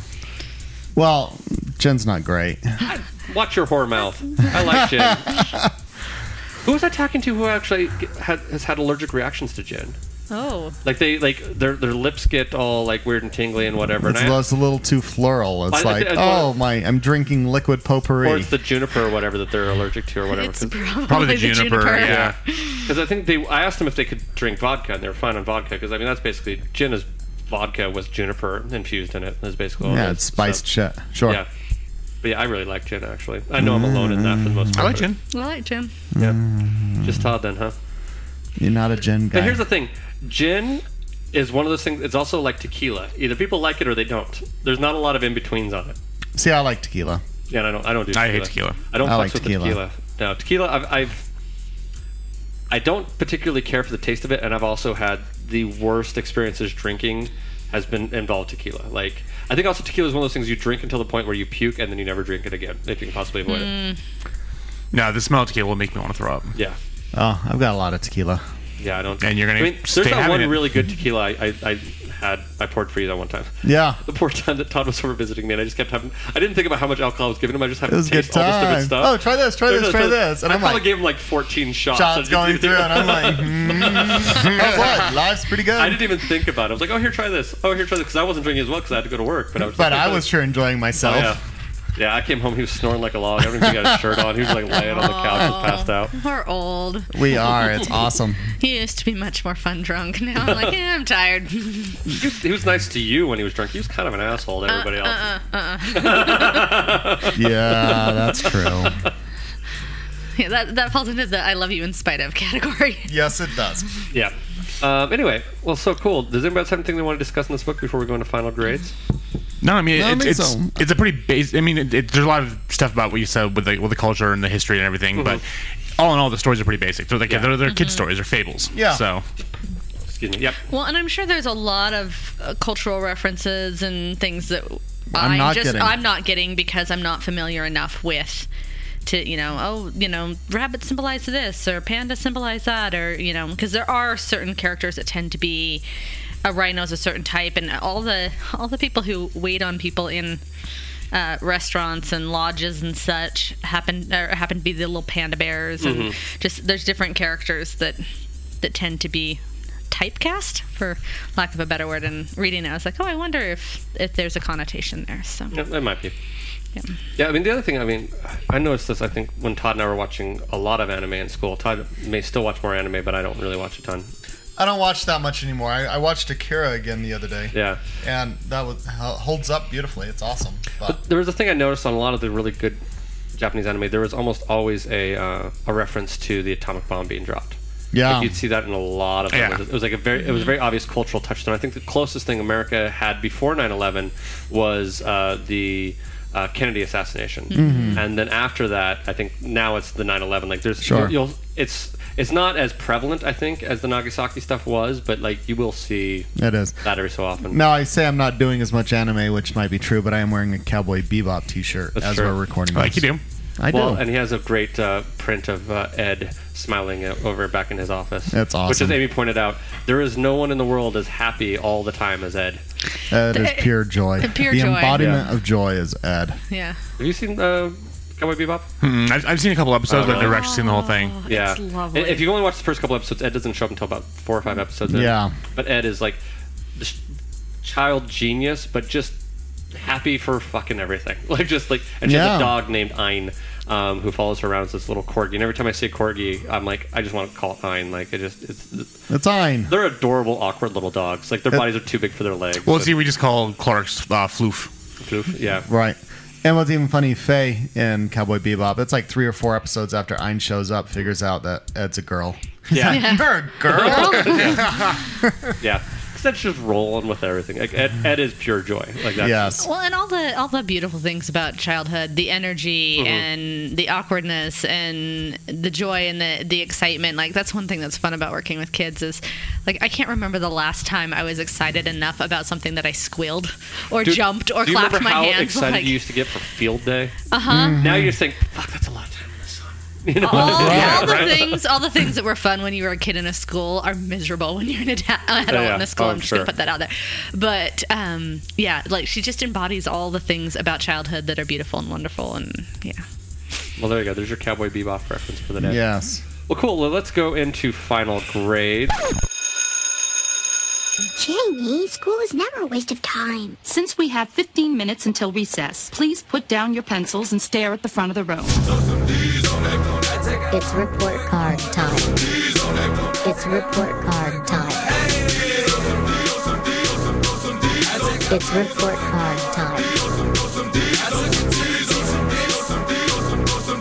Speaker 10: Well, gin's not great.
Speaker 5: it. Watch your whore mouth. I like gin. who was I talking to? Who actually had, has had allergic reactions to gin?
Speaker 9: Oh.
Speaker 5: Like they like their their lips get all like weird and tingly and whatever.
Speaker 10: It's,
Speaker 5: and
Speaker 10: it's a little too floral. It's
Speaker 5: I- I-
Speaker 10: like,
Speaker 5: I-
Speaker 10: oh my, I'm drinking liquid potpourri.
Speaker 5: or it's the juniper or whatever that they're allergic to or whatever.
Speaker 10: It's
Speaker 5: 'Cause-
Speaker 10: probably Probably the the juniper, juniper. yeah.
Speaker 5: Because I think they, I asked them if they could drink vodka, and they were fine on vodka. Because I mean, that's basically gin is vodka with juniper infused in it. Is basically all it
Speaker 10: yeah,
Speaker 5: is.
Speaker 10: it's spiced shit. Sure.
Speaker 5: Yeah. But yeah, I really like gin actually. I know I'm alone in that for the most part.
Speaker 10: Mm. I like
Speaker 5: gin.
Speaker 9: I like Jim.
Speaker 10: Mm.
Speaker 5: Just Todd then, huh?
Speaker 10: You're not a gin guy.
Speaker 5: But here's the thing, gin is one of those things. It's also like tequila. Either people like it or they don't. There's not a lot of in betweens on it.
Speaker 10: See, I like tequila.
Speaker 5: Yeah, and I don't. I don't do.
Speaker 8: I
Speaker 5: Tequila.
Speaker 8: hate tequila.
Speaker 5: I don't
Speaker 10: I
Speaker 5: fucks
Speaker 10: like
Speaker 5: with
Speaker 10: tequila.
Speaker 5: The tequila. No, tequila. I've, I've. I don't particularly care for the taste of it, and I've also had the worst experiences drinking has been involved tequila. Like I think also tequila is one of those things you drink until the point where you puke, and then you never drink it again if you can possibly avoid it.
Speaker 8: No, the smell of tequila will make me want to throw up.
Speaker 5: Yeah.
Speaker 10: Oh, I've got a lot of tequila.
Speaker 5: Yeah, I don't.
Speaker 8: And you're gonna
Speaker 5: I mean,
Speaker 8: stay
Speaker 5: there's that
Speaker 8: having
Speaker 5: one
Speaker 8: it.
Speaker 5: really good tequila I, I, I had. I poured for you that one time.
Speaker 10: Yeah.
Speaker 5: The poor time that Todd was over visiting me, and I just kept having. I didn't think about how much alcohol I was giving him. I just had
Speaker 10: It
Speaker 5: to
Speaker 10: was a good
Speaker 5: taste all this different
Speaker 10: time.
Speaker 5: stuff.
Speaker 10: Oh, try this, try
Speaker 5: There's
Speaker 10: this,
Speaker 5: no-
Speaker 10: try this. And
Speaker 5: I
Speaker 10: I'm
Speaker 5: probably
Speaker 10: like-
Speaker 5: gave him like 14 shots. I
Speaker 10: Shots
Speaker 5: just-
Speaker 10: going through, and I'm like, mm, I was like, life's pretty good.
Speaker 5: I didn't even think about it. I was like, oh, here, try this. Oh, here, try this. Because I wasn't drinking as well because I had to go to work. But I was. just
Speaker 10: but
Speaker 5: like,
Speaker 10: I was sure enjoying myself.
Speaker 5: Oh, yeah. Yeah, I came home. He was snoring like a log. I don't even think he got his shirt on. He was like laying on the couch, just passed out.
Speaker 9: We're old.
Speaker 10: We are. It's awesome.
Speaker 9: He used to be much more fun drunk. Now I'm like, eh, I'm tired.
Speaker 5: He was, he was nice to you when he was drunk. He was kind of an asshole to everybody else.
Speaker 9: Uh uh uh.
Speaker 10: Yeah, that's true.
Speaker 9: Yeah, that that falls into the I love you in spite of category.
Speaker 10: Yes, it does.
Speaker 5: Yeah. Um, anyway, well, so cool. Does anybody else have anything they want to discuss in this book before we go into final grades?
Speaker 8: No, I mean
Speaker 5: No, I
Speaker 8: it's
Speaker 5: think
Speaker 8: it's,
Speaker 5: so.
Speaker 8: it's a pretty base. I mean, it, it, there's a lot of stuff about what you said with the with the culture and the history and everything,
Speaker 5: Mm-hmm.
Speaker 8: but all in all, the stories are pretty basic. They're like they're, they're kid stories, they're fables.
Speaker 9: Yeah.
Speaker 8: So.
Speaker 5: Excuse me. Yep.
Speaker 9: Well, and I'm sure there's a lot of uh, cultural references and things that
Speaker 8: I'm not
Speaker 9: just
Speaker 8: getting.
Speaker 9: I'm not getting because I'm not familiar enough with to you know oh you know rabbit symbolize this or panda symbolize that or you know because there are certain characters that tend to be a rhino's a certain type and all the all the people who wait on people in uh, restaurants and lodges and such happen or happen to be the little panda bears and
Speaker 19: Mhm.
Speaker 9: just there's different characters that that tend to be typecast for lack of a better word and reading it i was like oh i wonder if if there's a connotation there so
Speaker 5: Yeah, that might be.
Speaker 9: Yeah.
Speaker 5: Yeah, I mean, the other thing, I mean, I noticed this, I think, when Todd and I were watching a lot of anime in school. Todd may still watch more anime, but I don't really watch a ton.
Speaker 10: I don't watch that much anymore. I, I watched Akira again the other day,
Speaker 5: Yeah.
Speaker 10: and that was, uh, holds up beautifully. It's awesome. But
Speaker 5: But there was a thing I noticed on a lot of the really good Japanese anime. There was almost always a uh, a reference to the atomic bomb being dropped.
Speaker 10: Yeah.
Speaker 5: Like, you'd see that in a lot of them. It was- It was like a very it was a very obvious cultural touchstone. I think the closest thing America had before 9/11 was uh, the uh, Kennedy assassination,
Speaker 20: Mhm.
Speaker 5: and then after that, I think now it's the 9/11. Like there's
Speaker 20: Sure.
Speaker 5: you'll, you'll it's it's not as prevalent I think as the Nagasaki stuff was, but like you will see
Speaker 10: It is.
Speaker 5: that every so often.
Speaker 10: now I say I'm not doing as much anime, which might be true, but I am wearing a Cowboy Bebop T-shirt
Speaker 5: That's
Speaker 10: as
Speaker 5: true.
Speaker 10: we're recording.
Speaker 5: Like
Speaker 10: this.
Speaker 5: you do.
Speaker 10: I do.
Speaker 5: Well, and he has a great uh, print of uh, Ed smiling uh, over back in his office.
Speaker 10: That's
Speaker 5: Which, as
Speaker 10: awesome.
Speaker 5: Amy pointed out, there is no one in the world as happy all the time as Ed.
Speaker 10: Ed is pure joy.
Speaker 9: The pure
Speaker 10: the
Speaker 9: joy.
Speaker 10: embodiment
Speaker 5: Yeah.
Speaker 10: of joy is Ed.
Speaker 9: yeah
Speaker 5: Have you seen uh, Cowboy Bebop?
Speaker 8: Mm, I've, I've seen a couple episodes,
Speaker 5: Oh,
Speaker 8: but I've never
Speaker 5: really?
Speaker 8: actually seen the whole thing.
Speaker 5: yeah.
Speaker 8: it's lovely.
Speaker 5: And If you only watch the first couple episodes, Ed doesn't show up until about four or five episodes. in.
Speaker 10: Yeah.
Speaker 5: But Ed is like this child genius, but just happy for fucking everything. Like just like, and she has
Speaker 10: Yeah.
Speaker 5: a dog named Ein. Um, who follows her around as this little corgi? And every time I see a corgi, I'm like, I just want to call it Ein. Like, it just, it's
Speaker 10: It's Ein.
Speaker 5: They're adorable, awkward little dogs. Like their
Speaker 10: Uh,
Speaker 5: bodies are too big for their legs.
Speaker 8: Well,
Speaker 5: But-
Speaker 8: see, we just call Clark's uh, floof.
Speaker 5: Floof, yeah.
Speaker 10: Right. And what's even funny, Faye in Cowboy Bebop, it's like three or four episodes after Ein shows up, figures out that Ed's a girl.
Speaker 5: Yeah.
Speaker 10: You're a girl?
Speaker 5: yeah. yeah. 'Cause That's just rolling with everything. Like Ed, Ed is pure joy. Like that's
Speaker 10: Yes.
Speaker 9: Well, and all the all the beautiful things about childhood, the energy
Speaker 5: Mhm.
Speaker 9: and the awkwardness and the joy and the the excitement. Like that's one thing that's fun about working with kids is like I can't remember the last time I was excited enough about something that I squealed or
Speaker 5: Dude,
Speaker 9: jumped or
Speaker 5: do you
Speaker 9: clapped
Speaker 5: remember
Speaker 9: my
Speaker 5: how
Speaker 9: hands.
Speaker 5: excited
Speaker 9: Like,
Speaker 5: you used to get for field day?
Speaker 9: Uh-huh.
Speaker 10: Mm-hmm.
Speaker 9: Mhm.
Speaker 5: Now you just think, fuck, that's a lot of time in the sun. You know?
Speaker 9: all,
Speaker 5: Yeah,
Speaker 9: all the
Speaker 5: right?
Speaker 9: things, all the things that were fun when you were a kid in a school are miserable when you're an ad- adult
Speaker 5: Yeah,
Speaker 9: in a school.
Speaker 5: oh,
Speaker 9: I'm
Speaker 5: I'm
Speaker 9: just
Speaker 5: sure.
Speaker 9: gonna put that out there. But um, yeah, like she just embodies all the things about childhood that are beautiful and wonderful, and yeah.
Speaker 5: Well, there you go. There's your Cowboy Bebop reference for the day.
Speaker 10: Yes.
Speaker 5: Well, cool. Well, let's go into final grade.
Speaker 21: Jamie, school is never a waste of time. Since we have 15 minutes until recess, please put down your pencils and stare at the front of the room.
Speaker 1: It's report card time. It's report card time. It's report card time.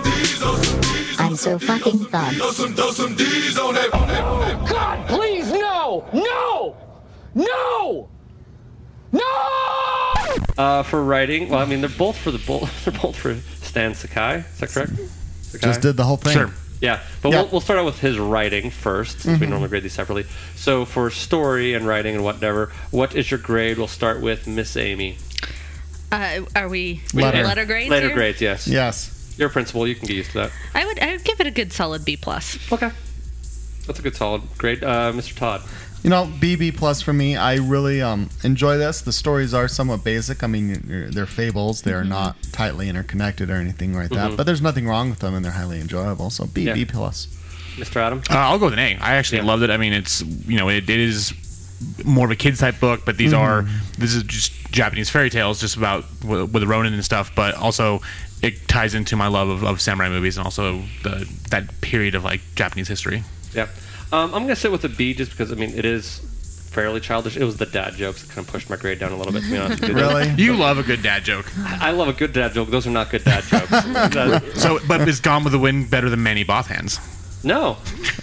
Speaker 1: I'm so fucking thugged.
Speaker 2: God, please, no! No! No! No!
Speaker 5: Uh, for writing, well, I mean, they're both for the bull. They're both for Stan Sakai. Is that correct? Sakai?
Speaker 10: Just did the whole thing. Sure.
Speaker 5: Yeah, but
Speaker 10: Yeah.
Speaker 5: We'll, we'll start out with his writing first, since we
Speaker 10: Mhm.
Speaker 5: normally grade these separately. So for story and writing and whatever, what is your grade? We'll start with Miss Amy.
Speaker 9: Uh, are we
Speaker 5: We
Speaker 9: letter,
Speaker 5: did-
Speaker 9: grades?
Speaker 5: Later
Speaker 9: here?
Speaker 5: grades, yes.
Speaker 10: Yes.
Speaker 5: Your principal, you can get used to that.
Speaker 9: I would I would give it a good solid B plus.
Speaker 5: Okay. That's a good solid grade. Uh, Mr. Todd.
Speaker 10: You know, BB plus for me. I really um, enjoy this. The stories are somewhat basic. I mean, you're- they're fables. They are not tightly interconnected or anything like that.
Speaker 5: Mhm.
Speaker 10: But there's nothing wrong with them, and they're highly enjoyable. So BB
Speaker 5: Yeah.
Speaker 10: plus.
Speaker 5: Mr. Adam.
Speaker 8: Uh, I'll go with an A. I actually loved it. I mean, it's you know, it, it is more of a kids type book, but these
Speaker 10: Mhm.
Speaker 8: are this is just Japanese fairy tales, just about with, with the Ronin and stuff. But also, it ties into my love of, of samurai movies and also the that period of like Japanese history.
Speaker 5: Yeah. Um, I'm going to sit with a B just because, I mean, it is fairly childish. It was the dad jokes that kind of pushed my grade down a little bit, to be honest with you.
Speaker 8: Really? You love a good dad joke.
Speaker 5: I I love a good dad joke. Those are not good dad jokes. That-
Speaker 8: so, but is Gone with the Wind better than Manny Bothans?
Speaker 5: no.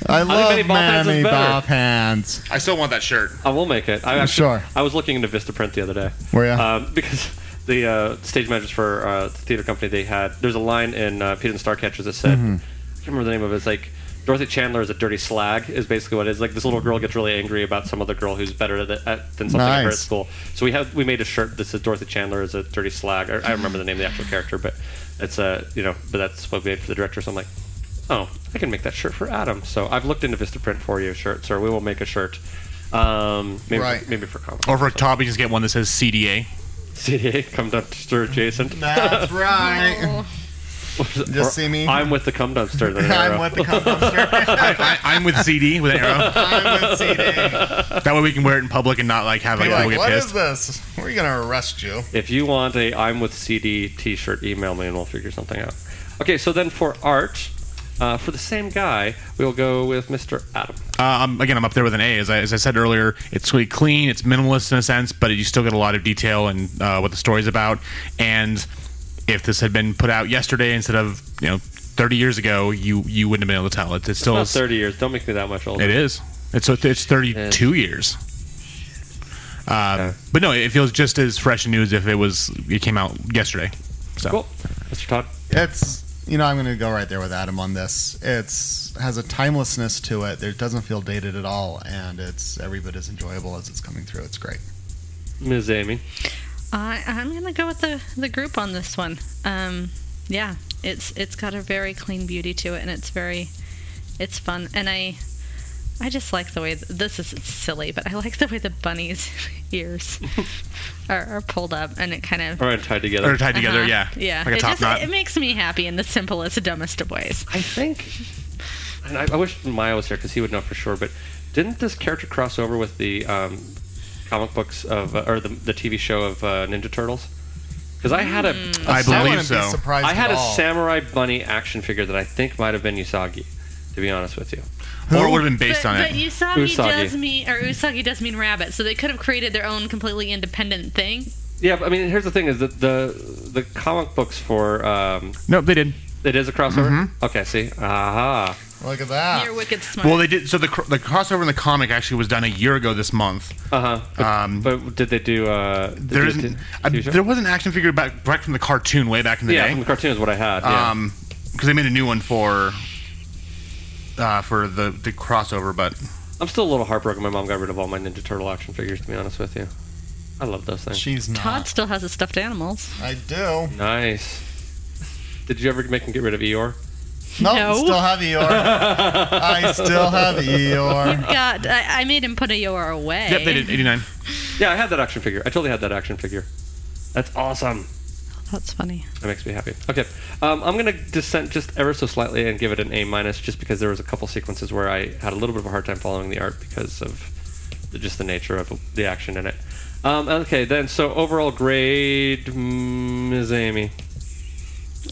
Speaker 10: I
Speaker 5: think
Speaker 10: love
Speaker 5: Manny Bothans is
Speaker 10: Manny
Speaker 5: better.
Speaker 10: Bothans.
Speaker 8: I still want that shirt.
Speaker 5: I will make it. I actually,
Speaker 10: Sure.
Speaker 5: I was looking into Vistaprint the other day.
Speaker 10: Were ya?
Speaker 5: Um, because the uh, stage managers for uh, the theater company, they had there's a line in uh, Peter and the Starcatchers that said,
Speaker 10: Mhm.
Speaker 5: I can't remember the name of it. It's like Dorothy Chandler is a dirty slag is basically what it is. Like this little girl gets really angry about some other girl who's better at, at, than something at her at
Speaker 10: Nice.
Speaker 5: school. So we have we made a shirt that says Dorothy Chandler is a dirty slag. I, I remember the name of the actual character, but it's a you know, but that's what we made for the director. So I'm like. Oh, I can make that shirt for Adam. So I've looked into Vistaprint for you a shirt, sir. We will make a shirt. Um, maybe,
Speaker 8: Right.
Speaker 5: maybe for comic.
Speaker 8: Or for Toby, just get one that says CDA.
Speaker 5: CDA, come dumpster adjacent.
Speaker 10: That's right.
Speaker 5: Just
Speaker 10: see
Speaker 5: me. I'm with the cum dumpster. Then
Speaker 10: I'm with the cum dumpster.
Speaker 8: I, I, I'm with CD with an arrow.
Speaker 10: I'm with CD.
Speaker 8: That way we can wear it in public and not like have like,
Speaker 10: Be
Speaker 8: people
Speaker 10: like,
Speaker 8: get
Speaker 10: what
Speaker 8: pissed.
Speaker 10: is this? We're gonna arrest you.
Speaker 5: If you want a I'm with CD T-shirt, email me and we'll figure something out. Okay, so then for art, uh, for the same guy, we'll go with Mr. Adam.
Speaker 8: Uh, I'm, again, I'm up there with an A. As I, as I said earlier, it's really clean, it's minimalist in a sense, but you still get a lot of detail and uh, what the story's about. And if this had been put out yesterday instead of you know 30 years ago, you you wouldn't have been able to tell. It, it's
Speaker 5: It's
Speaker 8: still
Speaker 5: not 30 years. Don't make me that much older.
Speaker 8: It is. It's it's 32 years. Uh, But no, it feels just as fresh and new as if it was it came out yesterday. So,
Speaker 5: Cool. Mr. Todd.
Speaker 10: It's you know I'm going to go right there with Adam on this. It's has a timelessness to it. It doesn't feel dated at all, and it's every bit as enjoyable as it's coming through. It's great.
Speaker 5: Ms. Amy.
Speaker 9: I, I'm gonna go with the the group on this one. Um, yeah, it's it's got a very clean beauty to it, and it's very, it's fun, and I, I just like the way th- this is it's silly, but I like the way the bunny's ears are, are pulled up, and it kind of
Speaker 5: All right, tied together.
Speaker 8: Or tied together, yeah.
Speaker 9: Uh-huh. yeah,
Speaker 8: Like a
Speaker 9: it
Speaker 8: top
Speaker 9: just
Speaker 8: knot.
Speaker 9: it makes me happy in the simplest, dumbest of ways.
Speaker 5: I think, and I, I wish Maya was here because he would know for sure. But didn't this character cross over with the um, comic books of uh, or the, the TV show of uh, Ninja Turtles? Because I had a, a
Speaker 8: I
Speaker 5: sam-
Speaker 8: believe I wouldn't be so. surprised
Speaker 5: I had
Speaker 8: at
Speaker 5: a
Speaker 8: all.
Speaker 5: samurai bunny action figure that I think might have been Usagi. To be honest with you,
Speaker 8: or it would have been based
Speaker 9: but,
Speaker 5: on
Speaker 9: but
Speaker 5: it.
Speaker 9: Usagi,
Speaker 5: Usagi.
Speaker 9: does mean or Usagi does mean rabbit, so they could have created their own completely independent thing.
Speaker 5: yeah. But, I mean, here's the thing: is that the the comic books for um,
Speaker 8: no, they did.
Speaker 5: It is a crossover.
Speaker 8: Mm-hmm.
Speaker 5: Okay, see, aha.
Speaker 10: Look at that.
Speaker 9: You're wicked smart.
Speaker 8: Well, they did. So the cr- the crossover in the comic actually was done a year ago this month.
Speaker 5: Uh huh.
Speaker 8: Um,
Speaker 5: but did they do? Uh,
Speaker 8: there
Speaker 5: do a
Speaker 8: isn't.
Speaker 5: t-
Speaker 8: I,
Speaker 5: TV show?
Speaker 8: there was an action figure back back from the cartoon way back in the
Speaker 5: Yeah,
Speaker 8: day.
Speaker 5: from the cartoon is what I had. Yeah.
Speaker 8: Um, because they made a new one for. Uh, for the the crossover, but
Speaker 5: I'm still a little heartbroken. My mom got rid of all my Ninja Turtle action figures. To be honest with you, I love those things.
Speaker 10: She's
Speaker 9: Todd still has his stuffed animals.
Speaker 10: I do.
Speaker 5: nice. Did you ever make him get rid of Eeyore?
Speaker 10: No,
Speaker 9: No.
Speaker 10: still have Eeyore. I still have Eeyore.
Speaker 9: God, I, I made him put a Yor away.
Speaker 5: Yep, they
Speaker 8: did. 89.
Speaker 5: Yeah, I had that action figure. I totally had that action figure. That's awesome.
Speaker 9: That's funny.
Speaker 5: That makes me happy. Okay, um, I'm gonna dissent just ever so slightly and give it an A minus, just because there was a couple sequences where I had a little bit of a hard time following the art because of the, just the nature of the action in it. Um, okay, then so overall grade, mm, Ms. Amy.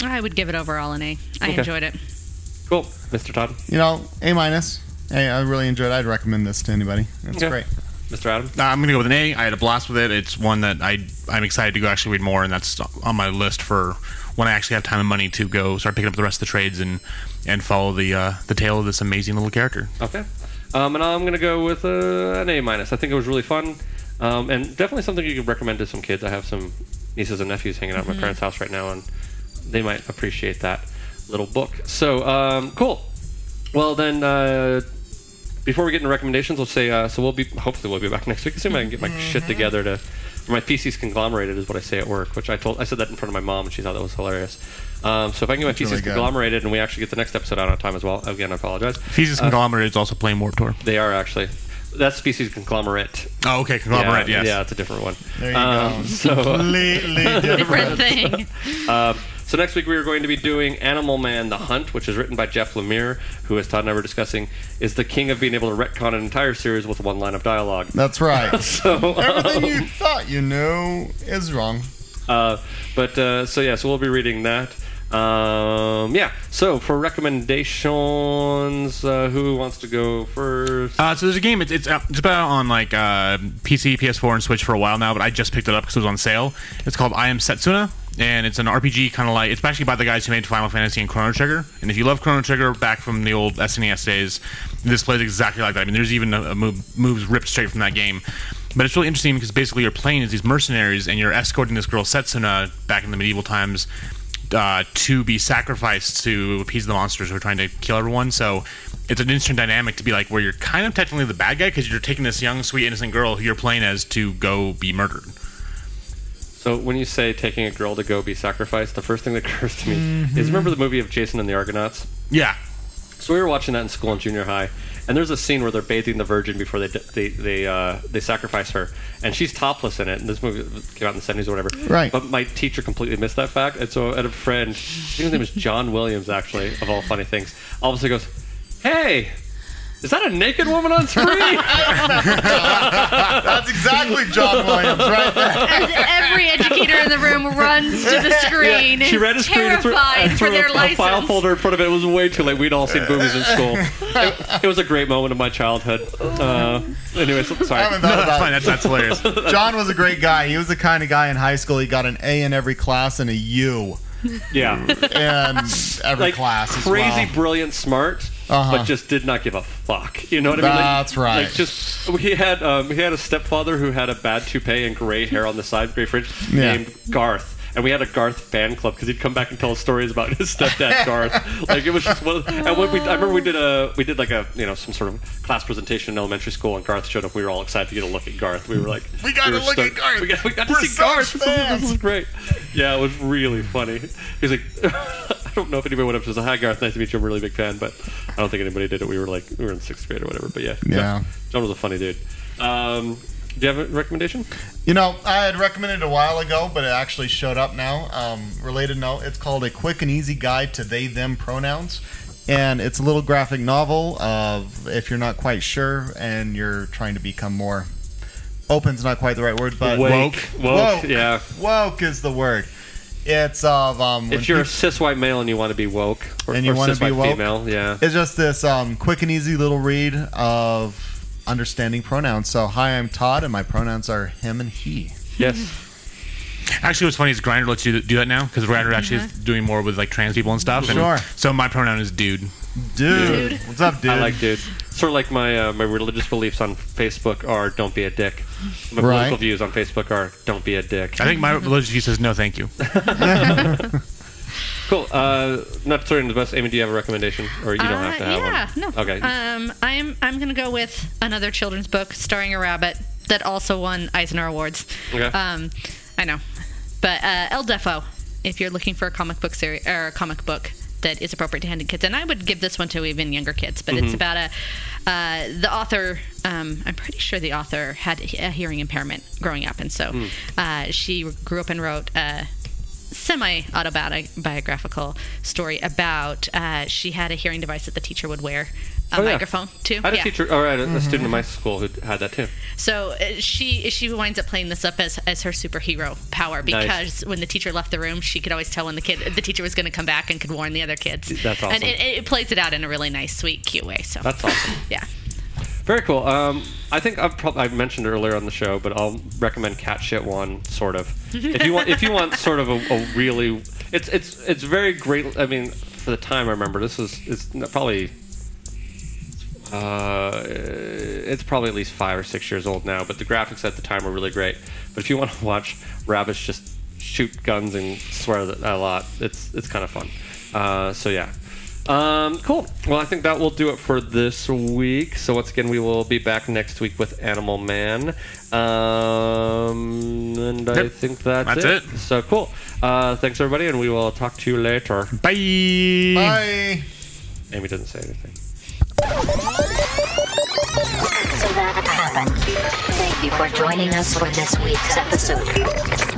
Speaker 9: I would give it overall an A. I
Speaker 5: Okay.
Speaker 9: enjoyed it.
Speaker 5: Cool, Mr. Todd.
Speaker 10: You know, A minus. Hey, I really enjoyed. it. I'd recommend this to anybody. It's
Speaker 5: Okay.
Speaker 10: great.
Speaker 5: Mr. Adam.
Speaker 8: Uh, I'm gonna go with an A. I had a blast with it. It's one that I I'm excited to go actually read more, and that's on my list for when I actually have time and money to go start picking up the rest of the trades and and follow the uh, the tale of this amazing little character.
Speaker 5: Okay. Um, and I'm going to go with uh, an A minus. I think it was really fun, um, and definitely something you could recommend to some kids. I have some nieces and nephews hanging out at
Speaker 22: Mhm.
Speaker 5: my parents' house right now, and they might appreciate that little book. So um, cool. Well, then. Uh, before we get into recommendations, let's say uh, so we'll be hopefully we'll be back next week. Assume I can get my
Speaker 8: Mm-hmm.
Speaker 5: shit together to or my thesis conglomerated is what I say at work, which I told I said that in front of my mom and she thought that was hilarious. Um, so if I can get my
Speaker 8: That's really
Speaker 5: thesis
Speaker 8: good.
Speaker 5: conglomerated and we actually get the next episode out on time as well, again I apologize.
Speaker 8: Thesis
Speaker 5: Uh,
Speaker 8: Conglomerate is also playing Warp Tour.
Speaker 5: they are actually. That's species conglomerate.
Speaker 8: Oh, okay, conglomerate,
Speaker 5: Yeah,
Speaker 8: yes. Uh,
Speaker 5: yeah, it's a different one.
Speaker 8: There you
Speaker 5: um,
Speaker 8: go.
Speaker 5: So
Speaker 8: Completely
Speaker 9: Different
Speaker 8: different.
Speaker 9: thing.
Speaker 5: um, So next week we are going to be doing Animal Man: The Hunt, which is written by Jeff Lemire, who, as Todd and I were discussing, is the king of being able to retcon an entire series with one line of dialogue.
Speaker 10: That's right.
Speaker 5: so
Speaker 10: Everything you thought you knew is wrong.
Speaker 5: Uh, but uh, so yeah, so we'll be reading that. Um, yeah. So for recommendations, uh, who wants to go first?
Speaker 8: Uh, so there's a game. It's it's, uh, it's been out on like uh, PC, PS4, and Switch for a while now, but I just picked it up because it was on sale. It's called I Am Setsuna, and it's an RPG kind of like it's actually by the guys who made Final Fantasy and Chrono Trigger. And if you love Chrono Trigger back from the old SNES days, this plays exactly like that. I mean, there's even a, a move, moves ripped straight from that game. But it's really interesting because basically you're playing as these mercenaries and you're escorting this girl Setsuna back in the medieval times uh, to be sacrificed to appease the monsters who are trying to kill everyone. So it's an interesting dynamic to be like where you're kind of technically the bad guy because you're taking this young, sweet, innocent girl who you're playing as to go be murdered.
Speaker 5: So when you say taking a girl to go be sacrificed, the first thing that occurs to me
Speaker 9: Mm-hmm.
Speaker 5: is remember the movie of Jason and the Argonauts?
Speaker 8: Yeah.
Speaker 5: So we were watching that in school in junior high, and there's a scene where they're bathing the Virgin before they they they, uh, they sacrifice her, and she's topless in it. And this movie came out in the 70s or whatever.
Speaker 10: Right.
Speaker 5: But my teacher completely missed that fact, and so I had a friend, I think his name was John Williams, actually, of all funny things. All of a sudden goes, "Hey, is that a naked woman on screen?"
Speaker 10: That's exactly John Williams, right?
Speaker 9: As every educator in the room runs to the screen.
Speaker 5: she read a screen and threw,
Speaker 9: terrified
Speaker 5: and
Speaker 9: for
Speaker 5: threw
Speaker 9: their
Speaker 5: a, a
Speaker 9: license.
Speaker 5: file folder in front of it. It was way too late. We'd all seen boobies in school. It, it was a great moment of my childhood. Uh, anyway, so, sorry.
Speaker 10: haven't thought No, that's about it. fine.
Speaker 8: That's, that's hilarious.
Speaker 10: John was a great guy. He was the kind of guy in high school. He got an A in every class and a U.
Speaker 5: Yeah.
Speaker 10: And every
Speaker 5: Like,
Speaker 10: class as
Speaker 5: crazy,
Speaker 10: well.
Speaker 5: brilliant, smart,
Speaker 10: Uh-huh.
Speaker 5: but just did not give a fuck. You know what I mean? Like-
Speaker 10: That's right.
Speaker 5: Like just he had um, he had a stepfather who had a bad toupee and gray hair on the side, gray fringe,
Speaker 10: Yeah.
Speaker 5: named Garth. And we had a Garth fan club because he'd come back and tell us stories about his stepdad Garth. Like it was just one. Of, and when we, I remember we did a we did like a you know some sort of class presentation in elementary school, and Garth showed up. We were all excited to get a look at Garth. We were like,
Speaker 10: We got
Speaker 5: were
Speaker 10: to look
Speaker 5: stoked.
Speaker 10: at Garth.
Speaker 5: We got, we got to
Speaker 10: We're
Speaker 5: see
Speaker 10: such
Speaker 5: Garth. This is-
Speaker 10: fans.
Speaker 5: this is great. Yeah, it was really funny. He's like, I don't know if anybody went up to us. Hi, Garth. Nice to meet you. I'm a really big fan, but I don't think anybody did it. We were like, we were in sixth grade or whatever. But yeah,
Speaker 10: Yeah.
Speaker 5: John was a funny dude. Um, do you have a recommendation?
Speaker 10: You know, I had recommended a while ago, but it actually showed up now. Um, related note: it's called "A Quick and Easy Guide to They/Them Pronouns," and it's a little graphic novel of if you're not quite sure and you're trying to become more open's not quite the right word, but
Speaker 5: Woke. Woke, yeah.
Speaker 10: woke is the word. It's of um, when
Speaker 5: if you're a
Speaker 10: peop-
Speaker 5: cis white male and you want to be woke, or,
Speaker 10: And you
Speaker 5: or
Speaker 10: wanna
Speaker 5: cis
Speaker 10: be
Speaker 5: white
Speaker 10: woke?
Speaker 5: female, yeah.
Speaker 10: It's just this um, quick and easy little read of understanding pronouns. So, hi, I'm Todd, and my pronouns are him and he.
Speaker 5: Yes.
Speaker 8: Actually, what's funny is Grinder lets you do that now because Grinder actually
Speaker 10: Mm-hmm.
Speaker 8: is doing more with like trans people and stuff. and
Speaker 10: Sure.
Speaker 8: So my pronoun is dude.
Speaker 10: Dude. What's up, dude?
Speaker 5: I like dude. Sort of like my uh, my religious beliefs on Facebook are don't be a dick. My
Speaker 8: Right.
Speaker 5: political views on Facebook are don't be a dick.
Speaker 8: I think
Speaker 10: Mm-hmm.
Speaker 8: my religious view says no, thank you.
Speaker 5: Cool. Uh, not to throw you in the bus. Amy, do you have a recommendation, or you don't
Speaker 9: Uh,
Speaker 5: have to have
Speaker 9: yeah,
Speaker 5: one?
Speaker 9: no.
Speaker 5: Okay.
Speaker 9: Um, I'm I'm gonna go with another children's book starring a rabbit that also won Eisner Awards.
Speaker 5: Okay.
Speaker 9: Um, I know, but uh, El Defo. If you're looking for a comic book series or a comic book that is appropriate to hand to kids, and I would give this one to even younger kids, but
Speaker 5: Mm-hmm.
Speaker 23: Mhm.
Speaker 9: it's about a uh, the author. Um, I'm pretty sure the author had a hearing impairment growing up, and so
Speaker 5: Hmm.
Speaker 23: Mm.
Speaker 9: uh, she grew up and wrote. Uh, semi autobiographical story about uh, she had a hearing device that the teacher would wear a
Speaker 5: Oh, yeah.
Speaker 9: microphone too.
Speaker 5: I had
Speaker 9: Yeah.
Speaker 5: a teacher, or I had a, a student in my school who had that too.
Speaker 9: So uh, she she winds up playing this up as, as her superhero power
Speaker 5: Nice.
Speaker 9: because when the teacher left the room, she could always tell when the kid the teacher was going to come back and could warn the other kids.
Speaker 5: That's awesome.
Speaker 9: And it, it plays it out in a really nice, sweet, cute way. So
Speaker 5: That's awesome.
Speaker 9: yeah.
Speaker 5: Very cool. Um, I think I've probably I've mentioned it earlier on the show, but I'll recommend Cat Shit One, sort of. If you want, if you want, sort of a, a really, it's it's it's very great. I mean, for the time I remember, this is it's n- probably. Uh, it's probably at least five or six years old now, but the graphics at the time were really great. But if you want to watch rabbits just shoot guns and swear that a lot, it's it's kind of fun. Uh, so yeah, um, cool. Well, I think that will do it for this week. So once again, we will be back next week with Animal Man, um, and I
Speaker 8: Yep.
Speaker 5: think that's,
Speaker 8: That's
Speaker 5: it. So cool. Uh, thanks everybody, and we will talk to you later.
Speaker 8: Bye.
Speaker 10: Bye.
Speaker 5: Amy doesn't say anything.
Speaker 1: So that happened. Thank you for joining us for this week's episode.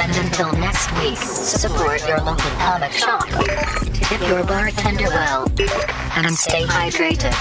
Speaker 1: And until next week, support your local comic shop, tip your bartender well, and stay hydrated.